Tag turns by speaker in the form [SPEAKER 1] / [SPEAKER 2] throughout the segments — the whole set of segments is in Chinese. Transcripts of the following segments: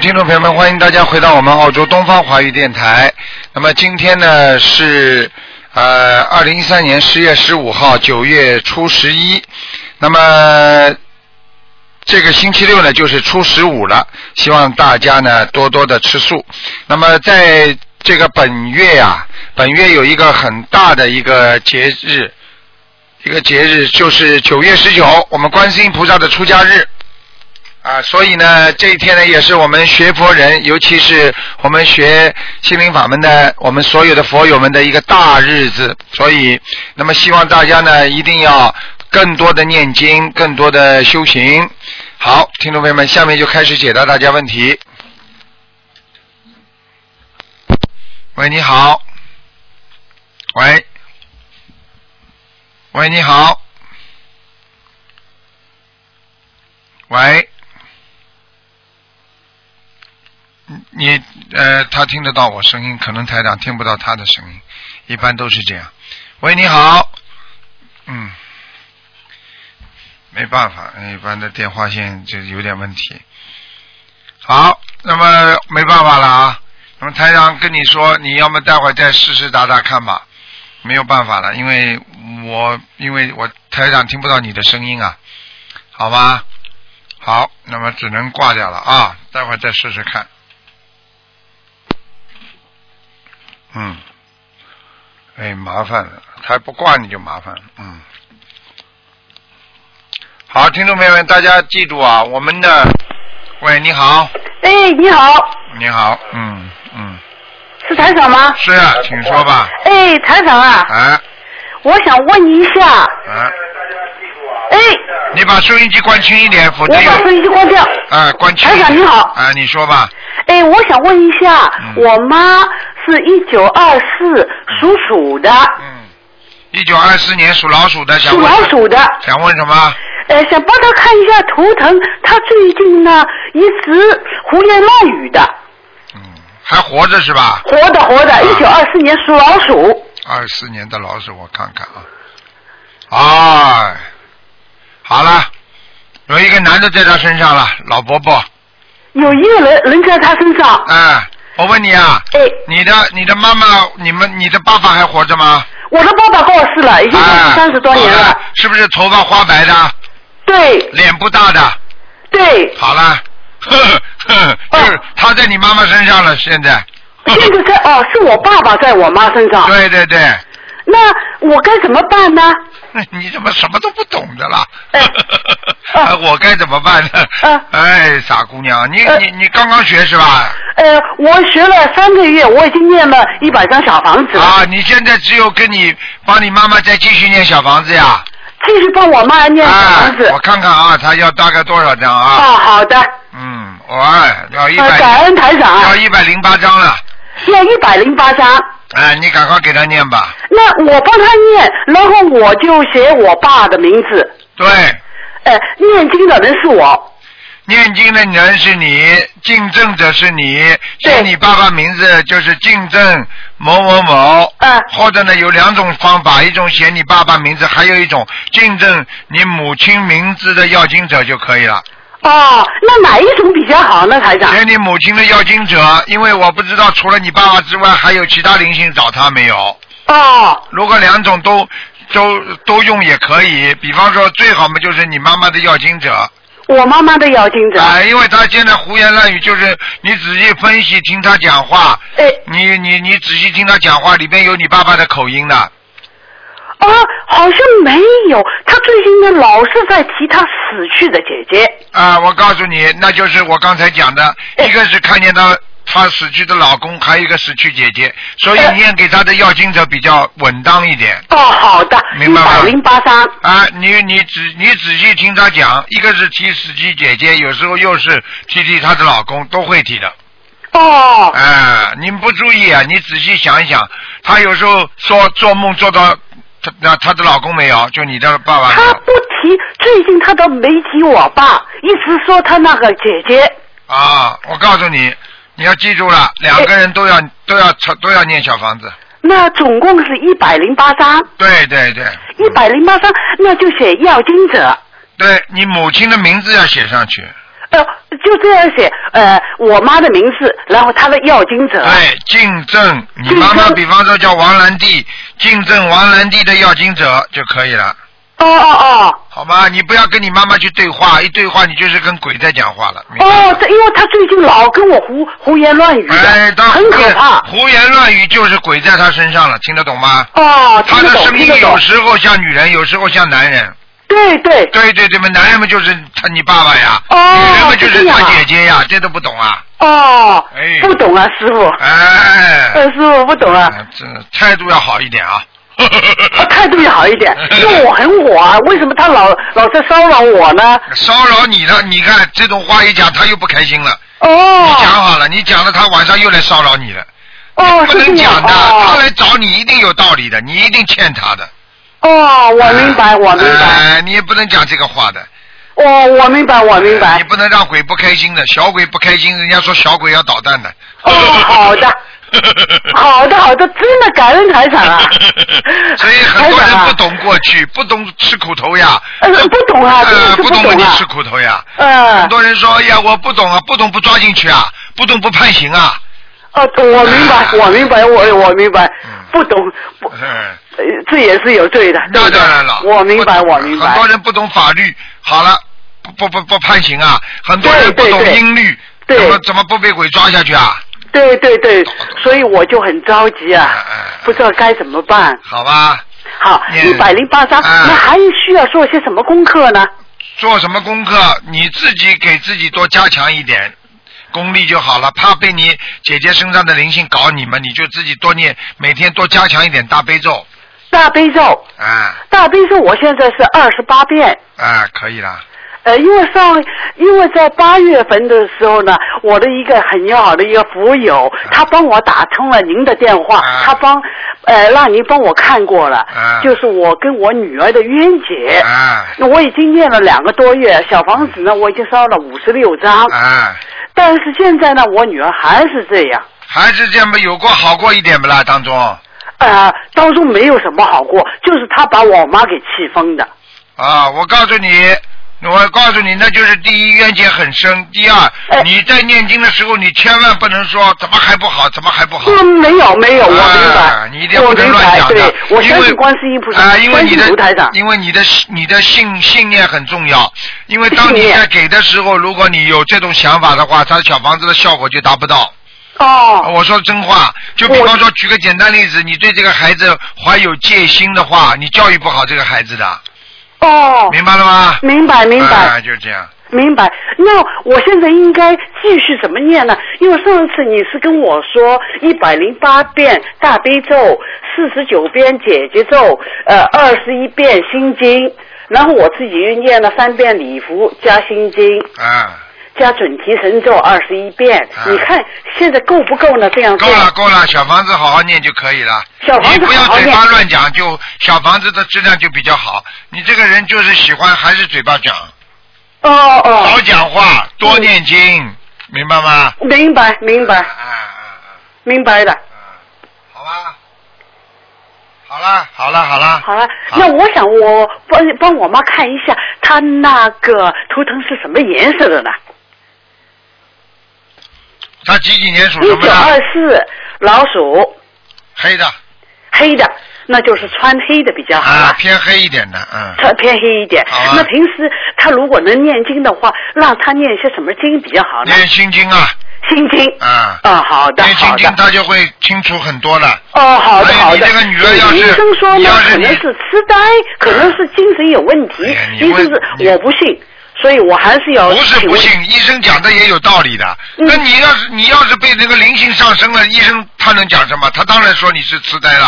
[SPEAKER 1] 听众朋友们，欢迎大家回到我们澳洲东方华语电台。那么今天呢是呃二零一三年十月十五号，九月初十一。那么这个星期六呢就是初十五了，希望大家呢多多的吃素。那么在这个本月啊，本月有一个很大的一个节日，一个节日就是九月十九，我们观世音菩萨的出家日。啊，所以呢，这一天呢，也是我们学佛人，尤其是我们学心灵法门的，我们所有的佛友们的一个大日子。所以，那么希望大家呢，一定要更多的念经，更多的修行。好，听众朋友们，下面就开始解答大家问题。喂，你好。喂。喂，你好。喂。你呃，他听得到我声音，可能台长听不到他的声音，一般都是这样。喂，你好，嗯，没办法，一般的电话线就有点问题。好，那么没办法了啊。那么台长跟你说，你要么待会儿再试试打打看吧，没有办法了，因为我因为我台长听不到你的声音啊，好吗？好，那么只能挂掉了啊，待会儿再试试看。嗯，哎，麻烦了，还不挂你就麻烦了，嗯。好，听众朋友们，大家记住啊，我们的，喂，你好，
[SPEAKER 2] 哎，你好，
[SPEAKER 1] 你好，嗯嗯，
[SPEAKER 2] 是台长吗？
[SPEAKER 1] 是啊，请说吧，
[SPEAKER 2] 哎，台长啊，
[SPEAKER 1] 啊
[SPEAKER 2] 我想问你一下，
[SPEAKER 1] 啊，
[SPEAKER 2] 哎，
[SPEAKER 1] 你把收音机关轻一点，否
[SPEAKER 2] 我
[SPEAKER 1] 则有
[SPEAKER 2] 把收音机关掉。
[SPEAKER 1] 啊关轻一点，
[SPEAKER 2] 台长你好
[SPEAKER 1] 啊，你说吧，
[SPEAKER 2] 哎，我想问一下，
[SPEAKER 1] 嗯
[SPEAKER 2] 我妈是一九二四属鼠的，
[SPEAKER 1] 嗯，一九二四年属老鼠的，想
[SPEAKER 2] 属
[SPEAKER 1] 问
[SPEAKER 2] 老鼠的，
[SPEAKER 1] 想问什么？
[SPEAKER 2] 呃，想帮她看一下图腾，她最近呢一直胡言乱语的，
[SPEAKER 1] 嗯，还活着是吧？
[SPEAKER 2] 活的活
[SPEAKER 1] 啊
[SPEAKER 2] 的，一九二四年属老鼠，
[SPEAKER 1] 二四年的老鼠，我看看啊。啊，好了，有一个男的在他身上了，老伯伯。
[SPEAKER 2] 有一个人人在她身上，
[SPEAKER 1] 哎，我问你啊，
[SPEAKER 2] 哎，
[SPEAKER 1] 你的你的妈妈，你们你的爸爸还活着吗？
[SPEAKER 2] 我的爸爸过世了，已经
[SPEAKER 1] 哎，
[SPEAKER 2] 三十多年
[SPEAKER 1] 好
[SPEAKER 2] 了，
[SPEAKER 1] 了，是不是头发花白的，
[SPEAKER 2] 对
[SPEAKER 1] 脸不大的？
[SPEAKER 2] 对，
[SPEAKER 1] 好了， 呵呵呵，就
[SPEAKER 2] 哦
[SPEAKER 1] 是他在你妈妈身上了，现在。
[SPEAKER 2] 现在在哦，是我爸爸在我妈身上。
[SPEAKER 1] 对对对，
[SPEAKER 2] 那我该怎么办呢？
[SPEAKER 1] 哎你怎么什么都不懂的啦？
[SPEAKER 2] 哎
[SPEAKER 1] 哎我该怎么办呢
[SPEAKER 2] 啊？
[SPEAKER 1] 哎，傻姑娘，你
[SPEAKER 2] 呃
[SPEAKER 1] 你你刚刚学是吧？
[SPEAKER 2] 呃，我学了三个月，我已经念了一百张小房子了，
[SPEAKER 1] 啊，你现在只有跟你帮你妈妈再继续念小房子呀？
[SPEAKER 2] 继续帮我妈念小
[SPEAKER 1] 哎
[SPEAKER 2] 房子。，
[SPEAKER 1] 我看看啊，她要大概多少张
[SPEAKER 2] 啊，
[SPEAKER 1] 啊？
[SPEAKER 2] 好的，
[SPEAKER 1] 嗯，哇，要一
[SPEAKER 2] 呃，感
[SPEAKER 1] 百，
[SPEAKER 2] 恩台长，
[SPEAKER 1] 要一百零八张了。
[SPEAKER 2] 念一百零八张。
[SPEAKER 1] 哎，你赶快给她念吧。
[SPEAKER 2] 那我帮他念，然后我就写我爸的名字。
[SPEAKER 1] 对，
[SPEAKER 2] 呃，念经的人是我，
[SPEAKER 1] 念经的人是你，竞争者是你，写
[SPEAKER 2] 对
[SPEAKER 1] 你爸爸名字就是竞争某某某。
[SPEAKER 2] 呃，
[SPEAKER 1] 或者呢，有两种方法，一种写你爸爸名字，还有一种竞争你母亲名字的要经者就可以了。
[SPEAKER 2] 哦，那哪一种比较好呢，台长？
[SPEAKER 1] 写你母亲的要经者，因为我不知道除了你爸爸之外，还有其他灵性找他没有。
[SPEAKER 2] 哦，
[SPEAKER 1] 如果两种都都都用也可以，比方说最好嘛就是你妈妈的要经者，
[SPEAKER 2] 我妈妈的妖精者。
[SPEAKER 1] 啊、因为他现在胡言乱语，就是你仔细分析听他讲话，
[SPEAKER 2] 哎，
[SPEAKER 1] 你你你仔细听他讲话，里边有你爸爸的口音的。
[SPEAKER 2] 啊，好像没有。他最近呢，老是在提他死去的姐姐。
[SPEAKER 1] 啊，我告诉你，那就是我刚才讲的，
[SPEAKER 2] 哎
[SPEAKER 1] 一个是看见她她死去的老公，还有一个死去姐姐，所以
[SPEAKER 2] 哎
[SPEAKER 1] 念给她的要经者比较稳当一点。
[SPEAKER 2] 哦，好的，
[SPEAKER 1] 明
[SPEAKER 2] 一
[SPEAKER 1] 白
[SPEAKER 2] 百
[SPEAKER 1] 了
[SPEAKER 2] 零八张。
[SPEAKER 1] 啊，你你仔你仔细听她讲，一个是提死去姐姐，有时候又是提提她的老公，都会提的。
[SPEAKER 2] 哦，
[SPEAKER 1] 啊，你不注意啊，你仔细想一想，她有时候说做梦做到她那她的老公没有，就你的爸爸没
[SPEAKER 2] 他
[SPEAKER 1] 有
[SPEAKER 2] 不提，最近他都没提我爸，一直说他那个姐姐。
[SPEAKER 1] 啊。我告诉你，你要记住了，两个人都要都要都要念小房子。
[SPEAKER 2] 那总共是一百零八张，
[SPEAKER 1] 对对对，
[SPEAKER 2] 一百零八张，那就写要经者。
[SPEAKER 1] 对你母亲的名字要写上去。
[SPEAKER 2] 呃，就这样写，呃，我妈的名字，然后她的要经者，
[SPEAKER 1] 对，敬赠，你妈
[SPEAKER 2] 啊敬
[SPEAKER 1] 妈
[SPEAKER 2] 赠
[SPEAKER 1] 比方说叫王兰娣，敬赠王兰娣的要经者就可以了，
[SPEAKER 2] 哦哦
[SPEAKER 1] 好吗？你不要跟你妈妈去对话，一对话你就是跟鬼在讲话了，明
[SPEAKER 2] 哦，
[SPEAKER 1] 白吗
[SPEAKER 2] 哦，这因为她最近老跟我胡胡言乱语的，
[SPEAKER 1] 哎，到
[SPEAKER 2] 很可怕。
[SPEAKER 1] 胡言乱语就是鬼在他身上了，听得懂吗？
[SPEAKER 2] 哦，
[SPEAKER 1] 他
[SPEAKER 2] 听
[SPEAKER 1] 的
[SPEAKER 2] 得懂，
[SPEAKER 1] 声音
[SPEAKER 2] 听得懂
[SPEAKER 1] 有。时候像女人，有时候像男人。
[SPEAKER 2] 对对，
[SPEAKER 1] 对对对嘛，男人们就是他你爸爸呀，
[SPEAKER 2] 哦
[SPEAKER 1] 女人们就
[SPEAKER 2] 这
[SPEAKER 1] 是
[SPEAKER 2] 样
[SPEAKER 1] 他
[SPEAKER 2] 啊
[SPEAKER 1] 姐姐呀，这都不懂啊！
[SPEAKER 2] 哦
[SPEAKER 1] 哎，
[SPEAKER 2] 不懂啊，师傅，
[SPEAKER 1] 哎，
[SPEAKER 2] 呃，师傅不懂啊。
[SPEAKER 1] 嗯这态度要好一点啊。
[SPEAKER 2] 哦，态度要好 一点，
[SPEAKER 1] 哎
[SPEAKER 2] 因为我很火啊，为什么他老老在骚扰我呢？
[SPEAKER 1] 骚扰你了，你看这种话一讲，他又不开心了。你讲
[SPEAKER 2] 哦，
[SPEAKER 1] 好了，你讲了，他晚上又来骚扰你了。
[SPEAKER 2] 哦，
[SPEAKER 1] 不
[SPEAKER 2] 是
[SPEAKER 1] 能
[SPEAKER 2] 这样
[SPEAKER 1] 讲的，他
[SPEAKER 2] 哦
[SPEAKER 1] 来找你一定有道理的，你一定欠他的。
[SPEAKER 2] 哦，我明白，我明白，
[SPEAKER 1] 哎，你也不能讲这个话的。
[SPEAKER 2] 哦，我明白，我明
[SPEAKER 1] 你
[SPEAKER 2] 白。
[SPEAKER 1] 不能让鬼不开心的，小鬼不开心，人家说小鬼要捣蛋的。，
[SPEAKER 2] 哦，好的，好的，好的，真的感恩台长啊
[SPEAKER 1] 所以很多
[SPEAKER 2] 台
[SPEAKER 1] 人
[SPEAKER 2] 长啊
[SPEAKER 1] 不懂过去，不懂吃苦头呀。
[SPEAKER 2] 呃不懂啊真的
[SPEAKER 1] 呃
[SPEAKER 2] 是
[SPEAKER 1] 不
[SPEAKER 2] 不
[SPEAKER 1] 懂
[SPEAKER 2] 懂啊
[SPEAKER 1] 你吃苦头呀。
[SPEAKER 2] 嗯
[SPEAKER 1] 很，多人说，哎呀，我不懂啊，不懂不抓进去啊，不懂不判刑啊。
[SPEAKER 2] 哦，我明白，我明白，我我明白
[SPEAKER 1] 嗯，
[SPEAKER 2] 不懂，不，
[SPEAKER 1] 嗯，
[SPEAKER 2] 呃这也是有罪的。对
[SPEAKER 1] 那
[SPEAKER 2] 不对
[SPEAKER 1] 当然了。
[SPEAKER 2] 我明白，
[SPEAKER 1] 不懂
[SPEAKER 2] 我明
[SPEAKER 1] 很
[SPEAKER 2] 白
[SPEAKER 1] 多。人不懂法律，好了，不不不不判刑啊。很多人不
[SPEAKER 2] 对对
[SPEAKER 1] 懂
[SPEAKER 2] 对
[SPEAKER 1] 音律，
[SPEAKER 2] 对
[SPEAKER 1] 怎么怎么不被鬼抓下去啊？
[SPEAKER 2] 对对对，所以我就很着急啊
[SPEAKER 1] 嗯嗯嗯，
[SPEAKER 2] 不知道该怎么办。
[SPEAKER 1] 好吧，
[SPEAKER 2] 好，
[SPEAKER 1] 嗯
[SPEAKER 2] 一百零八章，
[SPEAKER 1] 嗯
[SPEAKER 2] 那还需要做些什么功课呢？
[SPEAKER 1] 做什么功课，你自己给自己多加强一点功力就好了。怕被你姐姐身上的灵性搞你们，你就自己多念，每天多加强一点大悲咒。
[SPEAKER 2] 大悲咒，
[SPEAKER 1] 啊
[SPEAKER 2] 大悲咒，我现在是二十八遍。
[SPEAKER 1] 啊，可以啦。
[SPEAKER 2] 呃，因为上，因为在八月份的时候呢，我的一个很要好的一个佛友，
[SPEAKER 1] 哎
[SPEAKER 2] 他帮我打通了您的电话
[SPEAKER 1] 啊，
[SPEAKER 2] 他帮，呃，让您帮我看过了
[SPEAKER 1] 啊，
[SPEAKER 2] 就是我跟我女儿的冤结，
[SPEAKER 1] 啊
[SPEAKER 2] 我已经念了两个多月，小房子呢，我已经烧了五十六张，
[SPEAKER 1] 啊，
[SPEAKER 2] 但是现在呢，我女儿还是这样，
[SPEAKER 1] 还是这样吧，有过好过一点不啦？当中
[SPEAKER 2] 呃，当中没有什么好过，就是他把我妈给气疯的。
[SPEAKER 1] 啊，我告诉你。我告诉你，那就是第一冤结很深，第二
[SPEAKER 2] 哎，
[SPEAKER 1] 你在念经的时候，你千万不能说怎么还不好，怎么还不好。
[SPEAKER 2] 嗯，没有没有，我明
[SPEAKER 1] 啊
[SPEAKER 2] 白，
[SPEAKER 1] 你一定要
[SPEAKER 2] 我
[SPEAKER 1] 不能
[SPEAKER 2] 明
[SPEAKER 1] 乱
[SPEAKER 2] 白，
[SPEAKER 1] 讲的
[SPEAKER 2] 对，我
[SPEAKER 1] 因
[SPEAKER 2] 相
[SPEAKER 1] 为
[SPEAKER 2] 信观世音菩萨，
[SPEAKER 1] 啊，因为
[SPEAKER 2] 相
[SPEAKER 1] 你
[SPEAKER 2] 信
[SPEAKER 1] 的
[SPEAKER 2] 卢台长，
[SPEAKER 1] 因为你的你的信信念很重要，因为当你
[SPEAKER 2] 信念
[SPEAKER 1] 在给的时候，如果你有这种想法的话，它小房子的效果就达不到。
[SPEAKER 2] 哦，
[SPEAKER 1] 我说真话，就比
[SPEAKER 2] 我
[SPEAKER 1] 方说举个简单例子，你对这个孩子怀有戒心的话，你教育不好这个孩子的，
[SPEAKER 2] 哦，
[SPEAKER 1] 明白了吗？
[SPEAKER 2] 明白明白
[SPEAKER 1] 啊啊，就这样。
[SPEAKER 2] 明白。那我现在应该继续怎么念呢？因为上次你是跟我说一百零八遍大悲咒，四十九遍解结咒，呃，二十一遍心经，然后我自己又念了三遍礼佛加心经。
[SPEAKER 1] 啊，
[SPEAKER 2] 加准提神咒二十一遍，
[SPEAKER 1] 啊
[SPEAKER 2] 你看现在够不够呢？这样做
[SPEAKER 1] 够了够了，小房子好好念就可以了。
[SPEAKER 2] 小房子
[SPEAKER 1] 你不要
[SPEAKER 2] 好好
[SPEAKER 1] 嘴
[SPEAKER 2] 念
[SPEAKER 1] 巴乱讲，就小房子的质量就比较好。你这个人就是喜欢还是嘴巴讲，
[SPEAKER 2] 哦
[SPEAKER 1] 少
[SPEAKER 2] 哦，
[SPEAKER 1] 讲话，多念经，明白吗？
[SPEAKER 2] 明白明
[SPEAKER 1] 啊
[SPEAKER 2] 白
[SPEAKER 1] 啊啊
[SPEAKER 2] 明白的。
[SPEAKER 1] 啊！好吧，好啦好啦好啦。
[SPEAKER 2] 好了，
[SPEAKER 1] 好
[SPEAKER 2] 那我想我帮帮我妈看一下，她那个图腾是什么颜色的呢？
[SPEAKER 1] 他几几年属什
[SPEAKER 2] 一
[SPEAKER 1] 啊么
[SPEAKER 2] 九
[SPEAKER 1] 的？
[SPEAKER 2] 二四老鼠，
[SPEAKER 1] 黑的
[SPEAKER 2] 黑的，那就是穿黑的比较好
[SPEAKER 1] 啊，
[SPEAKER 2] 了。
[SPEAKER 1] 偏黑一点的，嗯。
[SPEAKER 2] 穿偏黑一点
[SPEAKER 1] 好啊，
[SPEAKER 2] 那平时她如果能念经的话，让她念些什么经比较好呢？
[SPEAKER 1] 念心经啊，
[SPEAKER 2] 心经。
[SPEAKER 1] 啊，
[SPEAKER 2] 啊，好的，
[SPEAKER 1] 念心
[SPEAKER 2] 好
[SPEAKER 1] 经
[SPEAKER 2] 的。
[SPEAKER 1] 他就会清楚很多了。
[SPEAKER 2] 哦，好的
[SPEAKER 1] 哎
[SPEAKER 2] 好的。
[SPEAKER 1] 你这个女儿要是
[SPEAKER 2] 医生说
[SPEAKER 1] 你
[SPEAKER 2] 呢
[SPEAKER 1] 要，是
[SPEAKER 2] 可能
[SPEAKER 1] 你
[SPEAKER 2] 是痴呆，可能是精神有问题
[SPEAKER 1] 哎呀。你
[SPEAKER 2] 医生
[SPEAKER 1] 问
[SPEAKER 2] 是我不信，所以我还是要
[SPEAKER 1] 不是
[SPEAKER 2] 请
[SPEAKER 1] 不
[SPEAKER 2] 问
[SPEAKER 1] 信，医生讲的也有道理的。
[SPEAKER 2] 嗯
[SPEAKER 1] 那你要是你要是被那个灵性上升了，医生他能讲什么？他当然说你是痴呆了，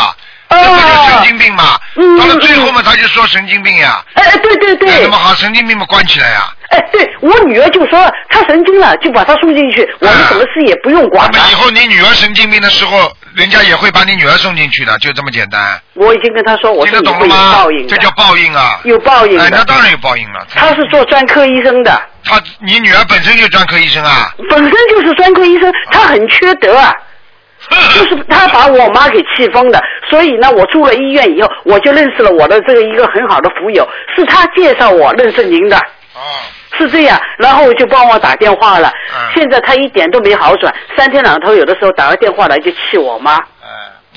[SPEAKER 2] 哦
[SPEAKER 1] 这不就神经病嘛？
[SPEAKER 2] 嗯
[SPEAKER 1] 到了最后嘛，他就说神经病呀，
[SPEAKER 2] 哎，哎对对对，
[SPEAKER 1] 那么好，神经病嘛关起来呀，
[SPEAKER 2] 哎，对我女儿就说她神经了，就把她送进去，我
[SPEAKER 1] 啊
[SPEAKER 2] 们什么事也不用
[SPEAKER 1] 那
[SPEAKER 2] 管啊了
[SPEAKER 1] 么。以后你女儿神经病的时候，人家也会把你女儿送进去的，就这么简单。
[SPEAKER 2] 我已经跟她说，我
[SPEAKER 1] 听
[SPEAKER 2] 说
[SPEAKER 1] 得
[SPEAKER 2] 你
[SPEAKER 1] 懂了
[SPEAKER 2] 会有
[SPEAKER 1] 吗
[SPEAKER 2] 报应？
[SPEAKER 1] 这
[SPEAKER 2] 的，
[SPEAKER 1] 叫报应啊！
[SPEAKER 2] 有报应
[SPEAKER 1] 哎，那
[SPEAKER 2] 的。
[SPEAKER 1] 当然有报应了。
[SPEAKER 2] 她是做专科医生的，
[SPEAKER 1] 他，你女儿本身就专科医生啊。
[SPEAKER 2] 本身就是专科医生，她很缺德啊。就是她把我妈给气疯的，所以呢，我住了医院以后，我就认识了我的这个一个很好的福友，是她介绍我认识您的。
[SPEAKER 1] 哦，
[SPEAKER 2] 是这样，然后就帮我打电话了。
[SPEAKER 1] 嗯
[SPEAKER 2] 现在他一点都没好转，三天两头有的时候打个电话来就气我妈。
[SPEAKER 1] 嗯，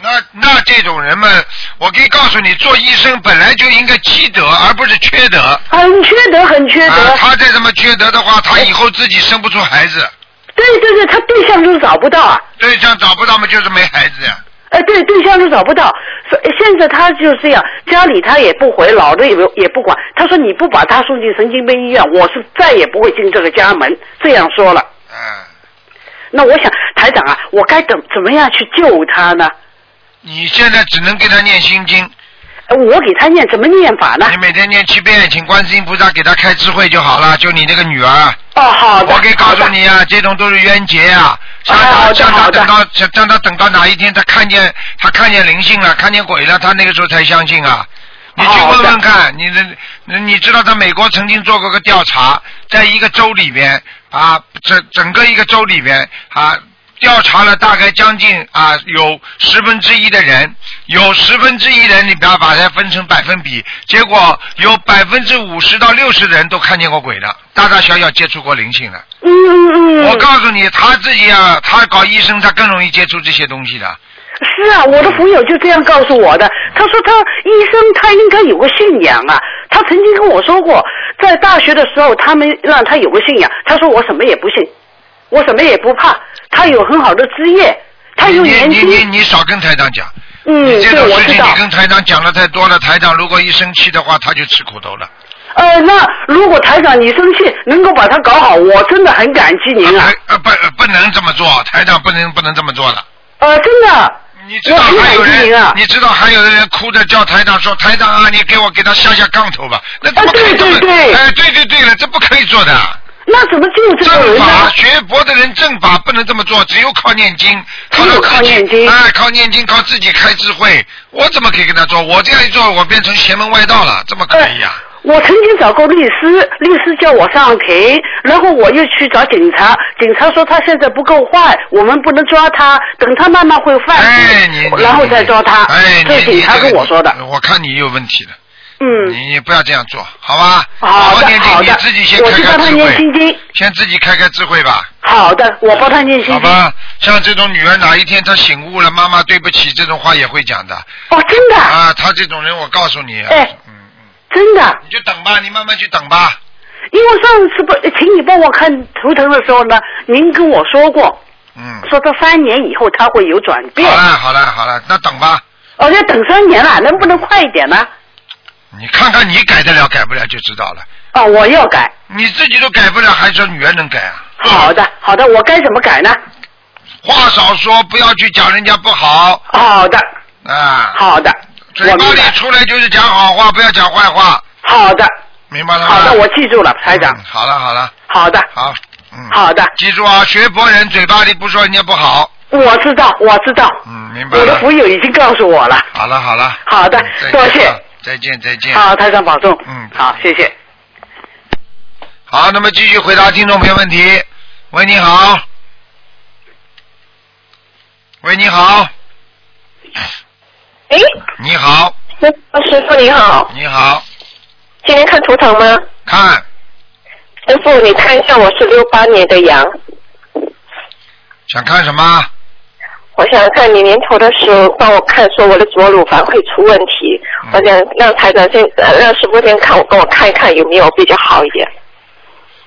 [SPEAKER 1] 那那这种人嘛，我可以告诉你，做医生本来就应该积德，而不是缺德。啊、
[SPEAKER 2] 很缺德，很缺德。
[SPEAKER 1] 他再这么缺德的话，他以后自己生不出孩子，
[SPEAKER 2] 对对对，他对象就是找不到啊，
[SPEAKER 1] 对象找不到嘛，就是没孩子呀。
[SPEAKER 2] 哎，对，对象都找不到。所以现在他就这样，家里他也不回，老的也不也不管。他说你不把他送进神经病医院，我是再也不会进这个家门。这样说了。
[SPEAKER 1] 嗯，
[SPEAKER 2] 那我想，台长啊，我该怎怎么样去救他呢？
[SPEAKER 1] 你现在只能给他念心经，
[SPEAKER 2] 呃我给他念怎么念法呢？
[SPEAKER 1] 你每天念七遍，请观世音菩萨给他开智慧就好了。就你那个女儿，
[SPEAKER 2] 哦，好的。
[SPEAKER 1] 哎我可以告诉
[SPEAKER 2] 好的。
[SPEAKER 1] 你啊，这种都是冤结啊。像
[SPEAKER 2] 好
[SPEAKER 1] 他，
[SPEAKER 2] 的
[SPEAKER 1] 像他
[SPEAKER 2] 好的
[SPEAKER 1] 等到，像让他等到哪一天他看见他看见灵性了，看见鬼了，他那个时候才相信啊。你去
[SPEAKER 2] 好的
[SPEAKER 1] 问问看，你的你知道在美国曾经做过个调查，在一个州里边啊，整整个一个州里边啊，调查了大概将近啊有十分之一的人，有十分之一人里边把它分成百分比，结果有百分之五十到六十的人都看见过鬼的，大大小小接触过灵性的。
[SPEAKER 2] 嗯嗯嗯。
[SPEAKER 1] 我告诉你，他自己啊，他搞医生，他更容易接触这些东西的。
[SPEAKER 2] 是啊，我的朋友就这样告诉我的。他说他医生他应该有个信仰啊。他曾经跟我说过，在大学的时候他们让他有个信仰。他说我什么也不信，我什么也不怕。他有很好的职业，他
[SPEAKER 1] 你
[SPEAKER 2] 有
[SPEAKER 1] 你
[SPEAKER 2] 年
[SPEAKER 1] 你你
[SPEAKER 2] 薪。
[SPEAKER 1] 你少跟台长讲，
[SPEAKER 2] 嗯，
[SPEAKER 1] 你这
[SPEAKER 2] 对，
[SPEAKER 1] 种
[SPEAKER 2] 我
[SPEAKER 1] 事
[SPEAKER 2] 知
[SPEAKER 1] 情
[SPEAKER 2] 道
[SPEAKER 1] 你。跟台长讲的太多了，台长如果一生气的话，他就吃苦头了。
[SPEAKER 2] 呃，那如果台长你生气能够把他搞好，我真的很感激您啊
[SPEAKER 1] 台。呃不呃不能这么做，台长不能不能这么做的。
[SPEAKER 2] 呃，真的。
[SPEAKER 1] 你知道
[SPEAKER 2] 我很
[SPEAKER 1] 还有
[SPEAKER 2] 感激您
[SPEAKER 1] 人，
[SPEAKER 2] 啊
[SPEAKER 1] 你知道还有的人哭着叫台长说：“台长啊，你给我给他下下杠头吧。”那怎么
[SPEAKER 2] 啊
[SPEAKER 1] 可
[SPEAKER 2] 对
[SPEAKER 1] 以这么？
[SPEAKER 2] 对对
[SPEAKER 1] 哎，对对对了，这不可以做的。
[SPEAKER 2] 那怎么救这个
[SPEAKER 1] 正
[SPEAKER 2] 人
[SPEAKER 1] 法
[SPEAKER 2] 呢？
[SPEAKER 1] 学佛的人正法不能这么做，只有靠念经，靠
[SPEAKER 2] 只
[SPEAKER 1] 自
[SPEAKER 2] 有
[SPEAKER 1] 己
[SPEAKER 2] 靠念经
[SPEAKER 1] 哎，靠念经，靠自己开智慧。我怎么可以跟他做？我这样一做，我变成邪门外道了，这么可以哎呀、
[SPEAKER 2] 我曾经找过律师，律师叫我上庭，然后我又去找警察，警察说他现在不够坏，我们不能抓他，等他慢慢会犯，
[SPEAKER 1] 哎，你你
[SPEAKER 2] 然后再抓他。
[SPEAKER 1] 哎，
[SPEAKER 2] 这
[SPEAKER 1] 你
[SPEAKER 2] 警察跟我说的。。
[SPEAKER 1] 你我看你有问题了，
[SPEAKER 2] 嗯，
[SPEAKER 1] 你你不要这样做，好吧？
[SPEAKER 2] 好
[SPEAKER 1] 好
[SPEAKER 2] 的
[SPEAKER 1] 念经，
[SPEAKER 2] 好
[SPEAKER 1] 你
[SPEAKER 2] 的
[SPEAKER 1] 自己先
[SPEAKER 2] 我
[SPEAKER 1] 开
[SPEAKER 2] 去
[SPEAKER 1] 开
[SPEAKER 2] 帮他
[SPEAKER 1] 智
[SPEAKER 2] 念心
[SPEAKER 1] 慧
[SPEAKER 2] 经，
[SPEAKER 1] 先自己开开智慧吧。
[SPEAKER 2] 好的，我帮他念心
[SPEAKER 1] 好
[SPEAKER 2] 经。
[SPEAKER 1] 吧，像这种女儿哪一天她醒悟了，妈妈对不起这种话也会讲的
[SPEAKER 2] 哦，真的，
[SPEAKER 1] 啊。她这种人，我告诉你，
[SPEAKER 2] 哎
[SPEAKER 1] 嗯嗯，
[SPEAKER 2] 真的，啊
[SPEAKER 1] 你就等吧，你慢慢去等吧。
[SPEAKER 2] 因为上次不，请你帮我看图腾的时候呢，您跟我说过，
[SPEAKER 1] 嗯，
[SPEAKER 2] 说这三年以后他会有转变
[SPEAKER 1] 好，了好了好了，那等吧，
[SPEAKER 2] 哦，要等三年了，能不能快一点呢？
[SPEAKER 1] 你看看你改得了改不了就知道了。
[SPEAKER 2] 哦，我要改。
[SPEAKER 1] 你自己都改不了，还说女儿能改啊？
[SPEAKER 2] 好的，好的，我该怎么改呢？
[SPEAKER 1] 话少说，不要去讲人家不好
[SPEAKER 2] 好的，
[SPEAKER 1] 啊。，
[SPEAKER 2] 好的，
[SPEAKER 1] 嘴
[SPEAKER 2] 我
[SPEAKER 1] 巴
[SPEAKER 2] 明
[SPEAKER 1] 里
[SPEAKER 2] 白。
[SPEAKER 1] 出来就是讲好话，不要讲坏话，
[SPEAKER 2] 好的，
[SPEAKER 1] 明白了吗？
[SPEAKER 2] 好的，我记住了，台长
[SPEAKER 1] 嗯。好了好了，
[SPEAKER 2] 好的，
[SPEAKER 1] 好，嗯，
[SPEAKER 2] 好的，
[SPEAKER 1] 记住啊，学佛人嘴巴里不说人家不好，
[SPEAKER 2] 我知道，我知道。
[SPEAKER 1] 嗯，明白
[SPEAKER 2] 我的
[SPEAKER 1] 了。
[SPEAKER 2] 朋友已经告诉我了。
[SPEAKER 1] 好了好了，
[SPEAKER 2] 好的
[SPEAKER 1] 嗯再见
[SPEAKER 2] 多谢
[SPEAKER 1] 啊再见再见。
[SPEAKER 2] 好，台长保重。
[SPEAKER 1] 嗯
[SPEAKER 2] 好，谢谢。
[SPEAKER 1] 好，那么继续回答听众朋友问题。喂，你好。喂，你好。
[SPEAKER 3] 哎，
[SPEAKER 1] 你好，
[SPEAKER 3] 师傅师傅你好，
[SPEAKER 1] 你好，
[SPEAKER 3] 今天看图腾吗？
[SPEAKER 1] 看
[SPEAKER 3] 师傅，你看一下，我是六八年的羊，
[SPEAKER 1] 想看什么？
[SPEAKER 3] 我想看你年头的时候帮我看，说我的左乳房会出问题，
[SPEAKER 1] 嗯
[SPEAKER 3] 我想让台长先呃让师傅先看我跟我看一看有没有比较好一点。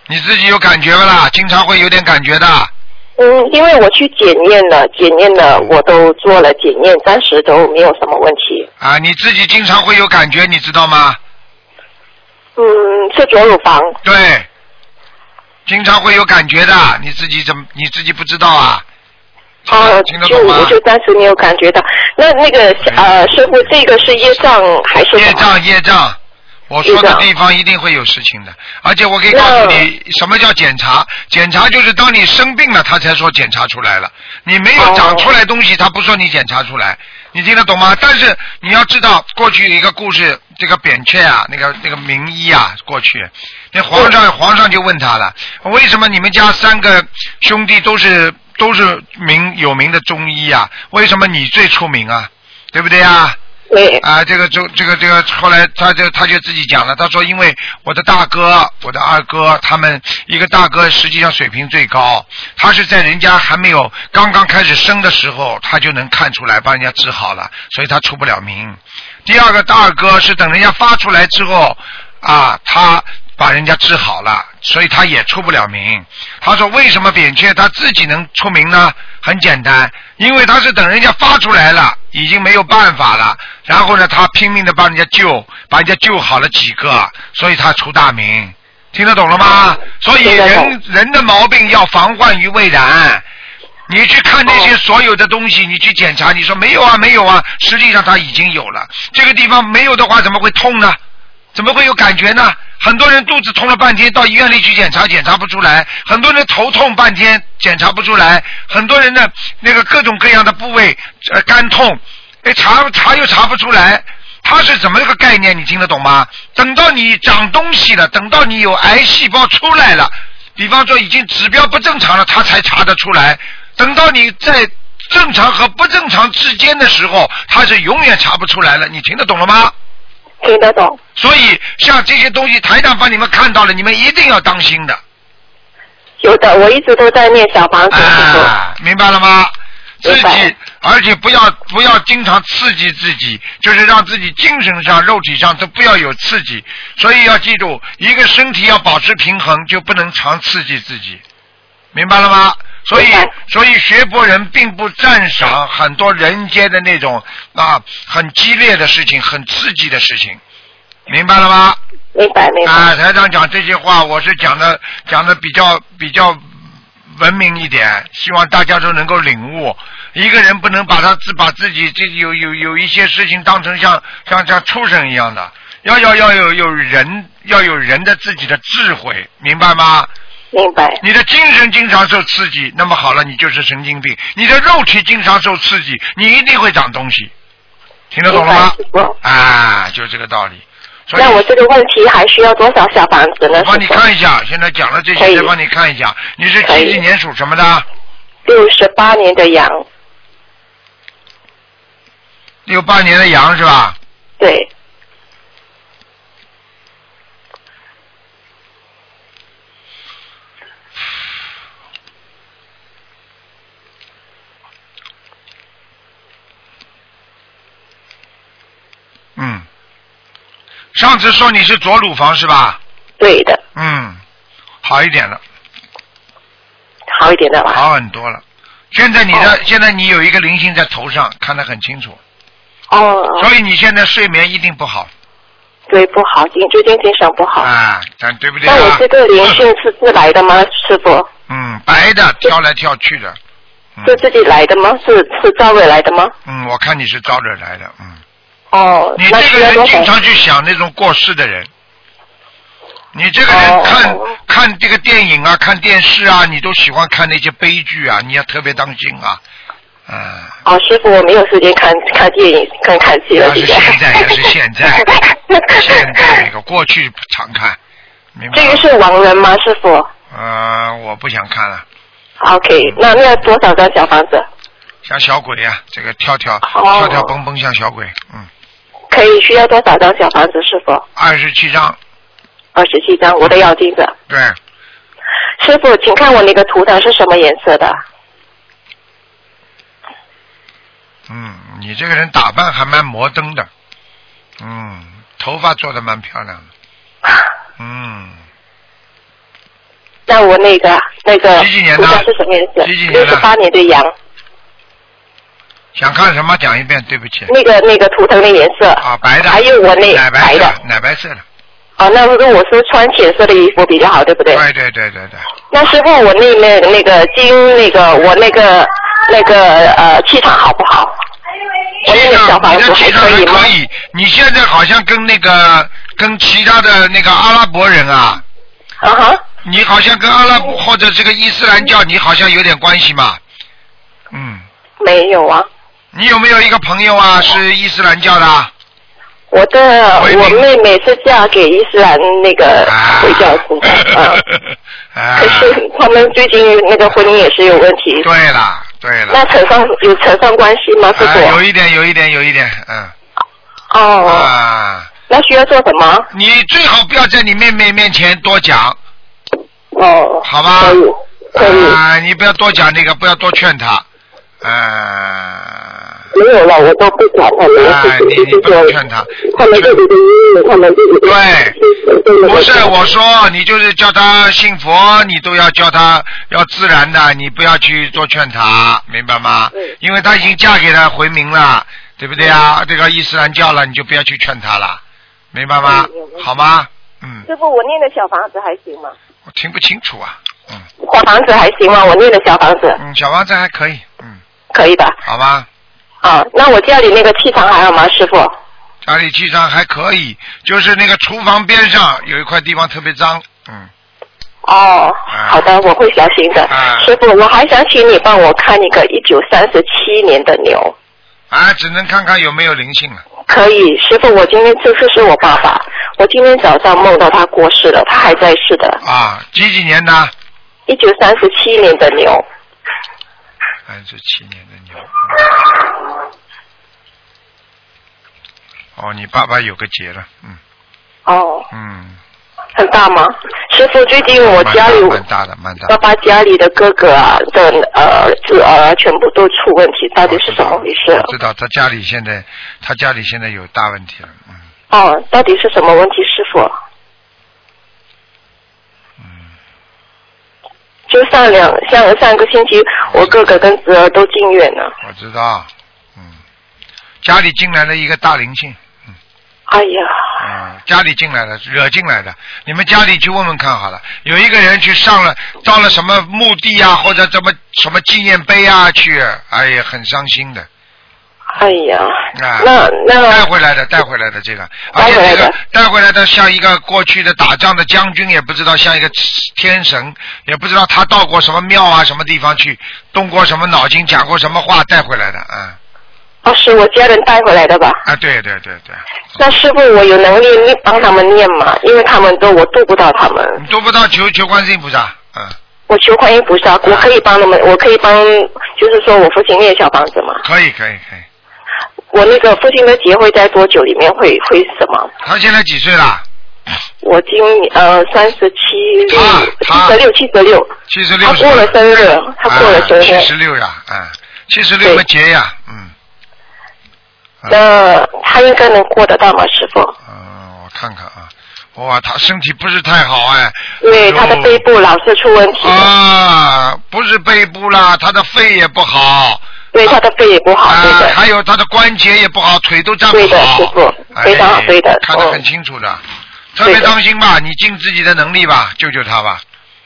[SPEAKER 1] 你自己有感觉不啦？经常会有点感觉的。
[SPEAKER 3] 嗯，因为我去检验了，检验了，我都做了检验，暂时都没有什么问题。
[SPEAKER 1] 啊，你自己经常会有感觉，你知道吗？
[SPEAKER 3] 嗯，是左乳房，
[SPEAKER 1] 对，经常会有感觉的，你自己怎么你自己不知道啊？
[SPEAKER 3] 哦，
[SPEAKER 1] 听得
[SPEAKER 3] 就
[SPEAKER 1] 懂吗哎
[SPEAKER 3] 我？就暂时没有感觉到。那那个呃，师傅，这个是业障还是
[SPEAKER 1] 业
[SPEAKER 3] 什么？
[SPEAKER 1] 障业障，我说的
[SPEAKER 3] 业障
[SPEAKER 1] 地方一定会有事情的。而且我可以告诉你，什么叫检查？检查就是当你生病了，他才说检查出来了。你没有
[SPEAKER 3] 哦
[SPEAKER 1] 长出来东西，他不说你检查出来。你听得懂吗？但是你要知道，过去有一个故事，这个扁鹊啊，那个那个名医啊，过去那皇
[SPEAKER 3] 嗯
[SPEAKER 1] 上皇上就问他了，为什么你们家三个兄弟都是都是名有名的中医啊？为什么你最出名啊？对不对啊？
[SPEAKER 2] 对，
[SPEAKER 1] 啊，这个就这个这个，后来他就他就自己讲了，他说因为我的大哥、我的二哥，他们一个大哥实际上水平最高，他是在人家还没有刚刚开始生的时候，他就能看出来帮人家治好了，所以他出不了名。第二个大哥是等人家发出来之后，啊，他把人家治好了，所以他也出不了名。他说为什么扁鹊他自己能出名呢？很简单，因为他是等人家发出来了，已经没有办法了，然后呢，他拼命的帮人家救，把人家救好了几个，所以他出大名。听得懂了吗？所以
[SPEAKER 2] 听得
[SPEAKER 1] 人
[SPEAKER 2] 懂
[SPEAKER 1] 人的毛病要防患于未然。你去看那些所有的东西，你去检查，你说没有啊，没有啊，实际上它已经有了。这个地方没有的话，怎么会痛呢？怎么会有感觉呢？很多人肚子痛了半天，到医院里去检查，检查不出来；很多人头痛半天，检查不出来；很多人的那个各种各样的部位，呃，肝痛，哎，查查又查不出来。它是怎么一个概念？你听得懂吗？等到你长东西了，等到你有癌细胞出来了，比方说已经指标不正常了，他才查得出来。等到你在正常和不正常之间的时候，他是永远查不出来了。你听得懂了吗？
[SPEAKER 2] 听得懂。
[SPEAKER 1] 所以像这些东西，台长帮你们看到了，你们一定要当心的。
[SPEAKER 2] 有的，我一直都在念小房子，师傅。
[SPEAKER 1] 啊，明白了吗？自
[SPEAKER 2] 明白
[SPEAKER 1] 己，而且不要不要经常刺激自己，就是让自己精神上、肉体上都不要有刺激。所以要记住，一个身体要保持平衡，就不能常刺激自己，明白了吗？所以
[SPEAKER 2] 明白，
[SPEAKER 1] 所以学佛人并不赞赏很多人间的那种啊很激烈的事情、很刺激的事情，明白了吗？
[SPEAKER 2] 明白明白。
[SPEAKER 1] 啊，台长讲这些话，我是讲的讲的比较比较文明一点，希望大家都能够领悟。一个人不能把他自把自己这有有有一些事情当成像像像畜生一样的，要要要有有人要有人的自己的智慧，明白吗？
[SPEAKER 2] 明白
[SPEAKER 1] 你的精神经常受刺激，那么好了，你就是神经病；你的肉体经常受刺激，你一定会长东西。听得懂
[SPEAKER 2] 明
[SPEAKER 1] 了
[SPEAKER 2] 白
[SPEAKER 1] 吗？
[SPEAKER 2] 师傅。
[SPEAKER 1] 啊，就这个道理。所以
[SPEAKER 2] 那我这个问题还需要多少小房子呢
[SPEAKER 1] 我？帮你
[SPEAKER 2] 师傅？
[SPEAKER 1] 看一下，现在讲了这
[SPEAKER 2] 可
[SPEAKER 1] 些，
[SPEAKER 2] 以
[SPEAKER 1] 再帮你看一下。你是
[SPEAKER 2] 可
[SPEAKER 1] 几
[SPEAKER 2] 以
[SPEAKER 1] 几年属什么的？
[SPEAKER 2] 六十八年的羊，
[SPEAKER 1] 六八年的羊是吧？
[SPEAKER 2] 对，
[SPEAKER 1] 嗯。上次说你是左乳房是吧？
[SPEAKER 2] 对的，
[SPEAKER 1] 嗯，好一点了，
[SPEAKER 2] 好一点的吧。
[SPEAKER 1] 好很多了。现在你的、
[SPEAKER 2] 哦
[SPEAKER 1] 现在你有一个灵性在头上，看得很清楚，
[SPEAKER 2] 哦，
[SPEAKER 1] 所以你现在睡眠一定不好
[SPEAKER 2] 对，不好，颈椎间精神不好。
[SPEAKER 1] 啊，咱对不对
[SPEAKER 2] 那我
[SPEAKER 1] 啊？
[SPEAKER 2] 这个灵性是自来的吗，师傅？
[SPEAKER 1] 嗯，白的跳来跳去的，嗯
[SPEAKER 2] 是自己来的吗？是是招惹来的吗？
[SPEAKER 1] 嗯，我看你是招惹来的，嗯。
[SPEAKER 2] 哦，
[SPEAKER 1] 你
[SPEAKER 2] 那
[SPEAKER 1] 这
[SPEAKER 2] 需
[SPEAKER 1] 个
[SPEAKER 2] 要
[SPEAKER 1] 人
[SPEAKER 2] 多
[SPEAKER 1] 经
[SPEAKER 2] 少？
[SPEAKER 1] 常去想那种过世的人，你这个人
[SPEAKER 2] 哦
[SPEAKER 1] 看、看这个电影啊，看电视啊，你都喜欢看那些悲剧啊，你要特别当心啊。啊，
[SPEAKER 2] 哦，师傅，我没有时间看看电影跟看戏了，
[SPEAKER 1] 那是
[SPEAKER 2] 现在
[SPEAKER 1] 现在那是现 在现在那
[SPEAKER 2] 在。
[SPEAKER 1] 个过去不常看，明白
[SPEAKER 2] 这
[SPEAKER 1] 吗？
[SPEAKER 2] 个是亡人吗，师傅
[SPEAKER 1] 呃，我不想看了，嗯
[SPEAKER 2] ？OK，那那多少张小房子？
[SPEAKER 1] 像小鬼啊，这个跳跳、
[SPEAKER 2] 哦
[SPEAKER 1] 跳跳蹦蹦像小鬼，嗯，
[SPEAKER 2] 可以需要多少张小房子，师傅？
[SPEAKER 1] 二十七章，
[SPEAKER 2] 二十七张，我的要金子。
[SPEAKER 1] 对，
[SPEAKER 2] 师傅，请看我那个图腾是什么颜色的？
[SPEAKER 1] 嗯，你这个人打扮还蛮摩登的，嗯，头发做的蛮漂亮的。嗯，
[SPEAKER 2] 那我那个那个
[SPEAKER 1] 几几年
[SPEAKER 2] 图
[SPEAKER 1] 的
[SPEAKER 2] 腾是什么颜色？
[SPEAKER 1] 几几年的嗯
[SPEAKER 2] 六十八年的羊，
[SPEAKER 1] 想看什么讲一遍，对不起。
[SPEAKER 2] 那个那个图腾的颜色。
[SPEAKER 1] 啊，白的。
[SPEAKER 2] 还有我那
[SPEAKER 1] 奶白
[SPEAKER 2] 白
[SPEAKER 1] 色
[SPEAKER 2] 的。
[SPEAKER 1] 奶白色的。
[SPEAKER 2] 哦，那如果我是穿浅色的衣服比较好，对不对？
[SPEAKER 1] 对对对对对，
[SPEAKER 2] 那师傅，我那那那个经那个我那个那个呃气场好不好？我那
[SPEAKER 1] 气
[SPEAKER 2] 个小
[SPEAKER 1] 场，
[SPEAKER 2] 房
[SPEAKER 1] 你
[SPEAKER 2] 子
[SPEAKER 1] 的气场
[SPEAKER 2] 可
[SPEAKER 1] 还
[SPEAKER 2] 以吗
[SPEAKER 1] 可？以。你现在好像跟那个跟其他的那个阿拉伯人啊，
[SPEAKER 2] 啊哈，
[SPEAKER 1] 你好像跟阿拉伯或者这个伊斯兰教，
[SPEAKER 2] 嗯
[SPEAKER 1] 你好像有点关系嘛？嗯，
[SPEAKER 2] 没有啊。
[SPEAKER 1] 你有没有一个朋友
[SPEAKER 2] 嗯
[SPEAKER 1] 啊是伊斯兰教的啊？
[SPEAKER 2] 我的
[SPEAKER 1] 回
[SPEAKER 2] 我
[SPEAKER 1] 民
[SPEAKER 2] 妹妹是嫁给伊斯兰那个
[SPEAKER 1] 啊
[SPEAKER 2] 回教 徒的，啊，
[SPEAKER 1] 啊
[SPEAKER 2] 可，是他们最近那个婚姻也是有问题，
[SPEAKER 1] 对了对了
[SPEAKER 2] 那，扯上有扯上关系吗？师
[SPEAKER 1] 啊，有
[SPEAKER 2] 傅？
[SPEAKER 1] 一点有一点有一点，嗯。
[SPEAKER 2] 哦，
[SPEAKER 1] 啊，
[SPEAKER 2] 那需要做什么？
[SPEAKER 1] 你最好不要在你妹妹面前多讲，
[SPEAKER 2] 哦，
[SPEAKER 1] 好吧
[SPEAKER 2] 可以，可以，
[SPEAKER 1] 啊，你不要多讲那个，不要多劝她，啊。
[SPEAKER 2] 没有了，我都不管他们，
[SPEAKER 1] 啊
[SPEAKER 2] 我
[SPEAKER 1] 你
[SPEAKER 2] 自己
[SPEAKER 1] 你不能
[SPEAKER 2] 做
[SPEAKER 1] 劝他
[SPEAKER 2] 他们自己的因为他们自己的
[SPEAKER 1] 对，不是我说，你就是叫他信佛，你都要叫他要自然的，你不要去做劝他，明白吗
[SPEAKER 2] 对？
[SPEAKER 1] 因为他已经嫁给他回民了，对不对啊？这个伊斯兰教了，你就不要去劝他了，明白吗
[SPEAKER 2] 嗯明？白
[SPEAKER 1] 好吗？嗯，
[SPEAKER 2] 师傅，我念的小房子还行吗？
[SPEAKER 1] 我听不清楚啊。嗯
[SPEAKER 2] 小房子还行吗？我念的小房子
[SPEAKER 1] 嗯，小王子还可以，嗯，
[SPEAKER 2] 可以吧？
[SPEAKER 1] 好吧。
[SPEAKER 2] 啊，那我家里那个气场还好吗，师傅？
[SPEAKER 1] 家里气场还可以，就是那个厨房边上有一块地方特别脏，嗯，
[SPEAKER 2] 哦，
[SPEAKER 1] 哎
[SPEAKER 2] 好的，我会小心的。
[SPEAKER 1] 啊
[SPEAKER 2] 师傅，我还想请你帮我看一个一九三十七年的牛，
[SPEAKER 1] 啊，只能看看有没有灵性了。
[SPEAKER 2] 可以？师傅，我今天这次是我爸爸，我今天早上梦到他过世了，他还在世的，
[SPEAKER 1] 啊，几几年的？
[SPEAKER 2] 一九三十七年的牛。
[SPEAKER 1] 哎，这七年的牛。哦，你爸爸有个结了，嗯
[SPEAKER 2] 哦，
[SPEAKER 1] 嗯，
[SPEAKER 2] 很大吗？师傅，最近我
[SPEAKER 1] 蛮
[SPEAKER 2] 家
[SPEAKER 1] 大
[SPEAKER 2] 里
[SPEAKER 1] 蛮大的，蛮大
[SPEAKER 2] 爸
[SPEAKER 1] 的。
[SPEAKER 2] 爸家里的哥哥啊的呃侄儿啊全部都出问题，到底
[SPEAKER 1] 我
[SPEAKER 2] 是
[SPEAKER 1] 知
[SPEAKER 2] 怎
[SPEAKER 1] 道
[SPEAKER 2] 么回事？
[SPEAKER 1] 我知道他家里现在，他家里现在有大问题了，嗯
[SPEAKER 2] 哦，到底是什么问题，师傅？
[SPEAKER 1] 嗯
[SPEAKER 2] 就上两像上个星期，我哥哥跟侄儿都进院了。
[SPEAKER 1] 我知道，嗯，家里进来了一个大灵性，
[SPEAKER 2] 哎呀，
[SPEAKER 1] 嗯，家里进来了，惹进来的，你们家里去问问看好了。有一个人去上了，到了什么墓地啊，或者怎么什么纪念碑啊去，哎呀，很伤心的。
[SPEAKER 2] 哎呀，
[SPEAKER 1] 啊
[SPEAKER 2] 那
[SPEAKER 1] 带
[SPEAKER 2] 那
[SPEAKER 1] 回来的，带回来的这个，而
[SPEAKER 2] 嗯带
[SPEAKER 1] 且
[SPEAKER 2] 回来
[SPEAKER 1] 这个
[SPEAKER 2] 的
[SPEAKER 1] 带回来的像一个过去的打仗的将军，也不知道像一个天神，也不知道他到过什么庙啊，什么地方去，动过什么脑筋，讲过什么话，带回来的，啊
[SPEAKER 2] 哦是我家人带回来的吧？
[SPEAKER 1] 啊，对对对对，
[SPEAKER 2] 那师傅，我有能力念帮他们念吗？因为他们都我渡不到他们，
[SPEAKER 1] 你都不知道求求观世音菩萨，嗯，
[SPEAKER 2] 我求观音菩萨，我可以帮他们，我可以帮，就是说我父亲念小房子吗？
[SPEAKER 1] 可以可以可以，
[SPEAKER 2] 我那个父亲的结会在多久里面会会什么？
[SPEAKER 1] 他现在几岁了？
[SPEAKER 2] 我今呃三十七六
[SPEAKER 1] 他
[SPEAKER 2] 七
[SPEAKER 1] 他
[SPEAKER 2] 十六七十六，
[SPEAKER 1] 七十六
[SPEAKER 2] 他
[SPEAKER 1] 岁哎
[SPEAKER 2] 过了生日，他过了生
[SPEAKER 1] 啊七
[SPEAKER 2] 日
[SPEAKER 1] 十，六呀，啊，七十六个节呀，嗯，啊
[SPEAKER 2] 那他应该能过得到吗？师傅？
[SPEAKER 1] 嗯，我看看啊，哇，他身体不是太好哎，
[SPEAKER 2] 因为他的
[SPEAKER 1] 哎呦
[SPEAKER 2] 背部老是出问题，
[SPEAKER 1] 啊，不是背部啦，他的肺也不好，
[SPEAKER 2] 对他的肺也不好，
[SPEAKER 1] 啊
[SPEAKER 2] 对，的。
[SPEAKER 1] 还有他的关节也不好，腿都站不
[SPEAKER 2] 对的
[SPEAKER 1] 好
[SPEAKER 2] 师傅，非常好
[SPEAKER 1] 哎
[SPEAKER 2] 对的
[SPEAKER 1] 看得
[SPEAKER 2] 哦
[SPEAKER 1] 很清楚的，特别
[SPEAKER 2] 对的
[SPEAKER 1] 当心吧，你尽自己的能力吧，救救他吧，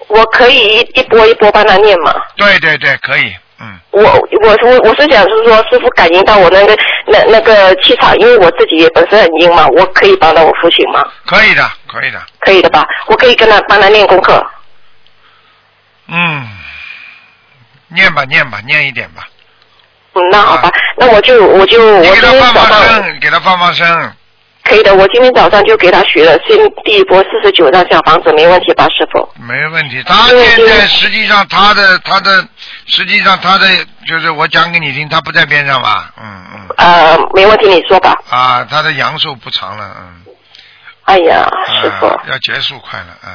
[SPEAKER 2] 我可以一一波一波帮他念吗？
[SPEAKER 1] 对对对，可以，嗯，
[SPEAKER 2] 我我我我是想是说，师傅感应到我那个那那个气场，因为我自己也本身很阴嘛，我可以帮到我父亲吗？
[SPEAKER 1] 可以的，可以的，
[SPEAKER 2] 可以的吧？我可以跟他帮他念功课。
[SPEAKER 1] 嗯，念吧念吧，念一点吧，
[SPEAKER 2] 嗯，那好吧，
[SPEAKER 1] 啊
[SPEAKER 2] 那我就我就我
[SPEAKER 1] 你
[SPEAKER 2] 今
[SPEAKER 1] 给他
[SPEAKER 2] 天
[SPEAKER 1] 放
[SPEAKER 2] 早
[SPEAKER 1] 放
[SPEAKER 2] 上
[SPEAKER 1] 生，给他放放生，
[SPEAKER 2] 可以的，我今天早上就给他学了，先第一波四十九张小房子没问题吧，师傅？
[SPEAKER 1] 没问题。他
[SPEAKER 2] 对
[SPEAKER 1] 现
[SPEAKER 2] 对
[SPEAKER 1] 在实际上他的他的实际上他的就是我讲给你听，他不在边上吧，嗯嗯。
[SPEAKER 2] 呃，没问题，你说吧。
[SPEAKER 1] 啊，他的阳寿不长了，嗯，
[SPEAKER 2] 哎呀，师傅，
[SPEAKER 1] 啊，要结束快了，嗯。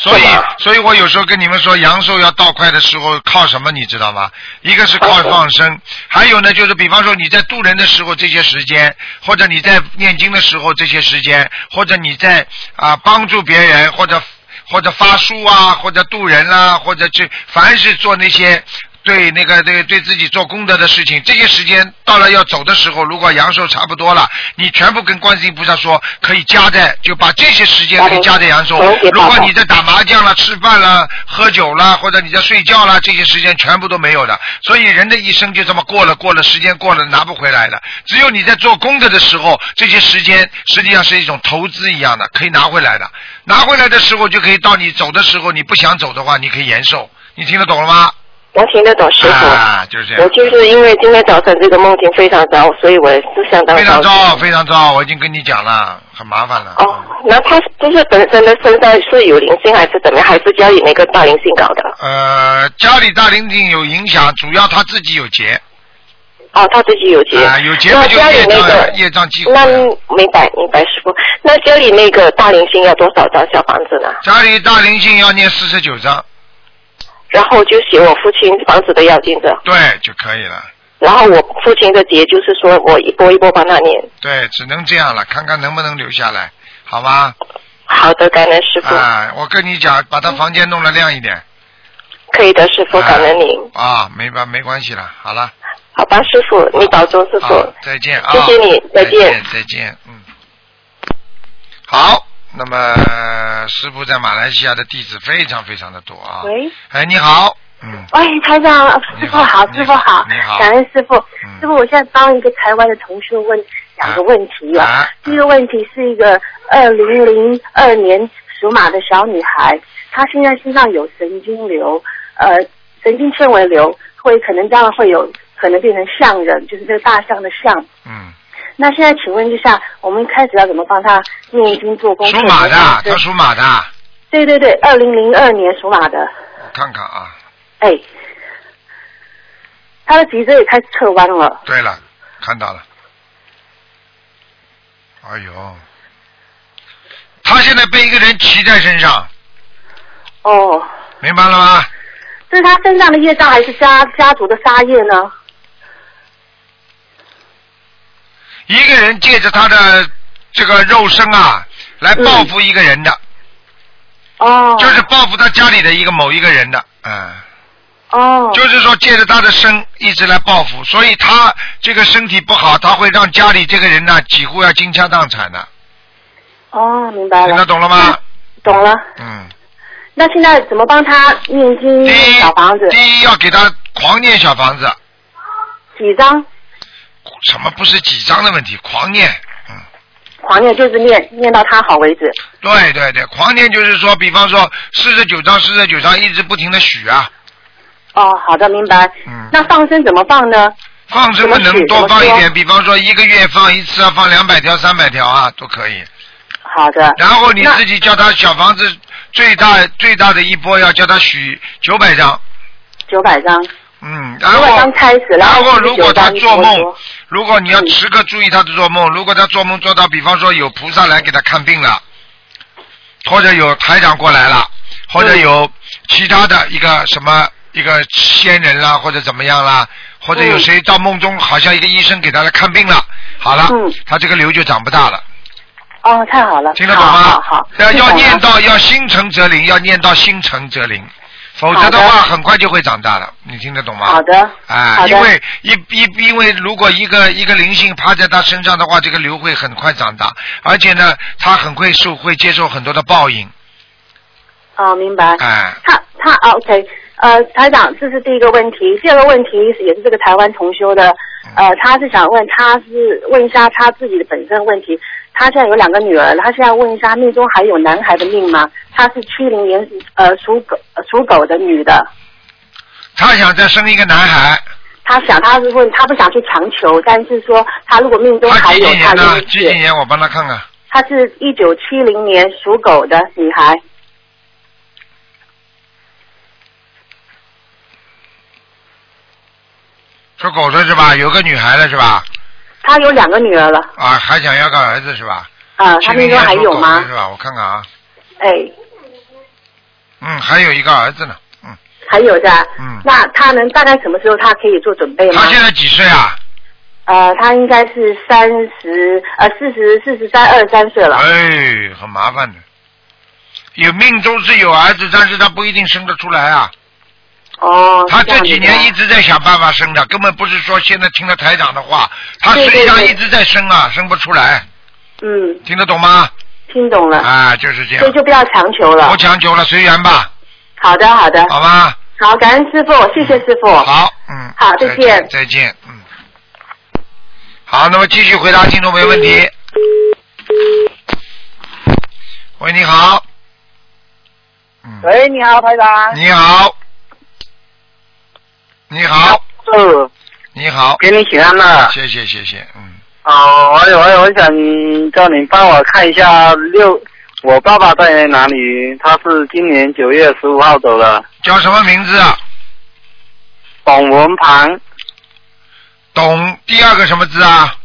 [SPEAKER 1] 所以
[SPEAKER 2] 是吧，
[SPEAKER 1] 所以我有时候跟你们说，阳寿要到快的时候靠什么，你知道吗？一个是靠
[SPEAKER 2] 放生
[SPEAKER 1] 放生，还有呢，就是比方说你在渡人的时候这些时间，或者你在念经的时候这些时间，或者你在啊帮助别人，或者或者发书啊，或者渡人啦、或者去凡是做那些对那个对对自己做功德的事情，这些时间到了要走的时候，如果阳寿差不多了，你全部跟观世音菩萨说，可以加在就把这些时间可以加在阳寿
[SPEAKER 2] 好的。
[SPEAKER 1] 如果你在打麻将了、吃饭了、喝酒了，或者你在睡觉了，这些时间全部都没有的。所以人的一生就这么过了，过了时间过了，拿不回来的。只有你在做功德的时候，这些时间实际上是一种投资一样的，可以拿回来的。拿回来的时候就可以到你走的时候，你不想走的话，你可以延寿。你听得懂了吗？
[SPEAKER 2] 我听得懂，师傅。
[SPEAKER 1] 啊，就是这样。
[SPEAKER 2] 我就是因为今天早晨这个梦境非常糟，所以我是相当
[SPEAKER 1] 非常
[SPEAKER 2] 急。
[SPEAKER 1] 糟，非常糟，我已经跟你讲了，很麻烦了。
[SPEAKER 2] 哦，那他就是本身的身上是有灵性还是怎么样？还是家里那个大灵性搞的？
[SPEAKER 1] 呃，家里大灵性有影响，主要他自己有结，
[SPEAKER 2] 哦，他自己有结。
[SPEAKER 1] 啊，有结
[SPEAKER 2] 那
[SPEAKER 1] 不就
[SPEAKER 2] 家里
[SPEAKER 1] 业
[SPEAKER 2] 那
[SPEAKER 1] 障啊
[SPEAKER 2] 个
[SPEAKER 1] 业障激活呀
[SPEAKER 2] 那明白明白，师傅。那家里那个大灵性要多少张小房子呢？
[SPEAKER 1] 家里大灵性要念四十九章，
[SPEAKER 2] 然后就写我父亲房子的要经者，
[SPEAKER 1] 对就可以了。
[SPEAKER 2] 然后我父亲的结就是说我一波一波帮他念。
[SPEAKER 1] 对，只能这样了，看看能不能留下来，好吗？
[SPEAKER 2] 好的，感恩师傅，
[SPEAKER 1] 啊，我跟你讲，把他房间弄得亮一点。
[SPEAKER 2] 可以的，师傅，感恩您。
[SPEAKER 1] 啊，啊没吧，没关系了，好了，
[SPEAKER 2] 好吧，师傅，你保重，师傅。
[SPEAKER 1] 啊，再见啊，
[SPEAKER 2] 谢谢你
[SPEAKER 1] 再
[SPEAKER 2] 再见
[SPEAKER 1] 见，再见，嗯，好，那么呃师傅在马来西亚的弟子非常非常的多啊，
[SPEAKER 4] 喂，
[SPEAKER 1] 哎，你好，嗯，
[SPEAKER 4] 喂，台长，
[SPEAKER 1] 你
[SPEAKER 4] 师傅
[SPEAKER 1] 好
[SPEAKER 4] 好，
[SPEAKER 1] 你
[SPEAKER 4] 师傅
[SPEAKER 1] 好
[SPEAKER 4] 好
[SPEAKER 1] 你好，
[SPEAKER 4] 感恩师傅
[SPEAKER 1] 嗯。
[SPEAKER 4] 师傅，我现在帮一个台湾的同学问两个问题
[SPEAKER 2] 嗯
[SPEAKER 4] 啊。
[SPEAKER 1] 啊，
[SPEAKER 4] 第一个问题是一个二零零二年属马的小女孩，她现在身上有神经瘤，呃，神经纤维瘤，会可能这样会有可能变成象人，就是这个大象的象。
[SPEAKER 1] 嗯，
[SPEAKER 4] 那现在请问一下，我们开始要怎么帮她念经做功课？
[SPEAKER 1] 属马的，
[SPEAKER 4] 对
[SPEAKER 1] 他属马的，
[SPEAKER 2] 嗯
[SPEAKER 4] 对对对，二零零二年属马的。
[SPEAKER 1] 我看看啊，
[SPEAKER 4] 哎，他的脊椎也开始侧弯了，
[SPEAKER 1] 对了，看到了。哎呦，他现在被一个人骑在身上，
[SPEAKER 4] 哦，
[SPEAKER 1] 明白了吗？
[SPEAKER 4] 这是他身上的业障还是家家族的杀业呢？
[SPEAKER 1] 一个人借着他的这个肉身啊，来报复一个人的，
[SPEAKER 4] 哦，
[SPEAKER 1] 就是报复他家里的一个某一个人的，嗯，
[SPEAKER 4] 哦，
[SPEAKER 1] 就是说借着他的身一直来报复，所以他这个身体不好，他会让家里这个人呢、几乎要倾家荡产的，
[SPEAKER 4] 哦，明白
[SPEAKER 1] 听得
[SPEAKER 4] 了，
[SPEAKER 1] 懂了吗？
[SPEAKER 4] 懂了。
[SPEAKER 1] 嗯，
[SPEAKER 4] 那现在怎么帮他念经
[SPEAKER 1] 第一
[SPEAKER 4] 小房子，？
[SPEAKER 1] 第一要给他狂念小房子，
[SPEAKER 4] 几张？
[SPEAKER 1] 什么不是几张的问题，狂念，嗯。
[SPEAKER 4] 狂念就是念念到他好为止。
[SPEAKER 1] 对对对，狂念就是说，比方说四十九章、四十九章一直不停的许啊，
[SPEAKER 4] 哦，好的，明白。
[SPEAKER 1] 嗯
[SPEAKER 4] 那放生怎么放呢？
[SPEAKER 1] 放什么
[SPEAKER 4] 怎么
[SPEAKER 1] 能
[SPEAKER 4] 许
[SPEAKER 1] 多放一
[SPEAKER 4] 怎么
[SPEAKER 1] 点，
[SPEAKER 4] 说
[SPEAKER 1] 比方说一个月放一次啊，放两百条、三百条啊都可以。
[SPEAKER 4] 好的。
[SPEAKER 1] 然后你
[SPEAKER 4] 那
[SPEAKER 1] 自己叫他小房子最大最大的一波要叫他许九百张，
[SPEAKER 4] 九百张，
[SPEAKER 1] 嗯，然
[SPEAKER 4] 九百
[SPEAKER 1] 后
[SPEAKER 4] 张开始，
[SPEAKER 1] 然
[SPEAKER 4] 后
[SPEAKER 1] 后如果他
[SPEAKER 4] 49
[SPEAKER 1] 做
[SPEAKER 4] 张一
[SPEAKER 1] 梦
[SPEAKER 4] 波，
[SPEAKER 1] 如果你要时刻注意他的做梦，如果他做梦做到，比方说有菩萨来给他看病了，或者有台长过来了，或者有其他的一个什么一个仙人啦，或者怎么样啦，或者有
[SPEAKER 4] 嗯
[SPEAKER 1] 谁到梦中好像一个医生给他来看病了，好了
[SPEAKER 4] 嗯，
[SPEAKER 1] 他这个瘤就长不大了，
[SPEAKER 4] 哦，太好了，
[SPEAKER 1] 听得懂
[SPEAKER 4] 好
[SPEAKER 1] 吗
[SPEAKER 4] 好好？，
[SPEAKER 1] 要
[SPEAKER 4] 听懂
[SPEAKER 1] 要
[SPEAKER 4] 了
[SPEAKER 1] 念到要心诚则灵，要念到心诚则灵。否则的
[SPEAKER 4] 好的
[SPEAKER 1] 话，很快就会长大了，你听得懂吗？
[SPEAKER 4] 好的，
[SPEAKER 1] 啊，
[SPEAKER 4] 好的
[SPEAKER 1] 因为一一因为如果一个一个灵性趴在他身上的话，这个瘤会很快长大，而且呢，他很快受会接受很多的报应，
[SPEAKER 4] 哦，明白。
[SPEAKER 1] 哎、
[SPEAKER 4] 他他啊 OK，呃，台长，这是第一个问题。第二个问题是也是这个台湾同修的，
[SPEAKER 1] 嗯
[SPEAKER 4] 呃，他是想问，他是问一下他自己的本身问题。他现在有两个女儿，他现在问一下命中还有男孩的命吗？他是七零年呃属狗属狗的女的，
[SPEAKER 1] 他想再生一个男孩，
[SPEAKER 4] 他想他是问他不想去强求，但是说他如果命中
[SPEAKER 1] 他
[SPEAKER 4] 还
[SPEAKER 1] 几
[SPEAKER 4] 有
[SPEAKER 1] 几
[SPEAKER 4] 他
[SPEAKER 1] 年呢？
[SPEAKER 4] 愿
[SPEAKER 1] 几几
[SPEAKER 4] 意。
[SPEAKER 1] 年？我帮他看看，
[SPEAKER 4] 她是一九七零年属狗的女孩，
[SPEAKER 1] 属狗的是吧？有个女孩了是吧？
[SPEAKER 4] 她有两个女儿了
[SPEAKER 1] 啊，还想要个儿子是吧？
[SPEAKER 4] 啊、她
[SPEAKER 1] 70
[SPEAKER 4] 命中
[SPEAKER 1] 年
[SPEAKER 4] 还
[SPEAKER 1] 属
[SPEAKER 4] 有
[SPEAKER 1] 狗
[SPEAKER 4] 吗
[SPEAKER 1] 的是？吧？我看看啊，
[SPEAKER 4] 哎，
[SPEAKER 1] 嗯，还有一个儿子呢，嗯，
[SPEAKER 4] 还有的，
[SPEAKER 1] 嗯
[SPEAKER 4] 那他能大概什么时候他可以做准备吗
[SPEAKER 1] 他？现在几岁啊？
[SPEAKER 4] 呃，他应该是三十呃四十四十三二三岁了。
[SPEAKER 1] 哎，很麻烦的。有命中是有儿子，但是他不一定生得出来啊。
[SPEAKER 4] 哦，
[SPEAKER 1] 他
[SPEAKER 4] 是
[SPEAKER 1] 这
[SPEAKER 4] 样
[SPEAKER 1] 几
[SPEAKER 4] 子的
[SPEAKER 1] 年一直在想办法生的，根本不是说现在听了台长的话，他实际上
[SPEAKER 4] 对对对
[SPEAKER 1] 一直在生啊，生不出来，
[SPEAKER 4] 嗯
[SPEAKER 1] 听得懂吗？
[SPEAKER 4] 听懂了，
[SPEAKER 1] 啊，就是这
[SPEAKER 4] 所以
[SPEAKER 1] 样，
[SPEAKER 4] 就不要强求了
[SPEAKER 1] 不。强求了，随缘吧，
[SPEAKER 4] 好的好的，
[SPEAKER 1] 好吧？
[SPEAKER 4] 好，感恩师傅，
[SPEAKER 2] 哦
[SPEAKER 4] 谢谢师傅。
[SPEAKER 1] 好，嗯，
[SPEAKER 4] 好再见
[SPEAKER 1] 再见，嗯。好，那么继续回答听众朋友问题。喂，你好。嗯，
[SPEAKER 5] 喂，你好，台长。
[SPEAKER 1] 你好，你好，
[SPEAKER 5] 是，
[SPEAKER 1] 你好，
[SPEAKER 5] 给你请安了。
[SPEAKER 1] 谢谢谢谢，嗯，
[SPEAKER 5] 哦，我有我有，我想叫你帮我看一下六，我爸爸在哪里？他是今年九月十五号走了，
[SPEAKER 1] 叫什么名字啊？
[SPEAKER 5] 董文盘，
[SPEAKER 1] 董，第二个什么字啊？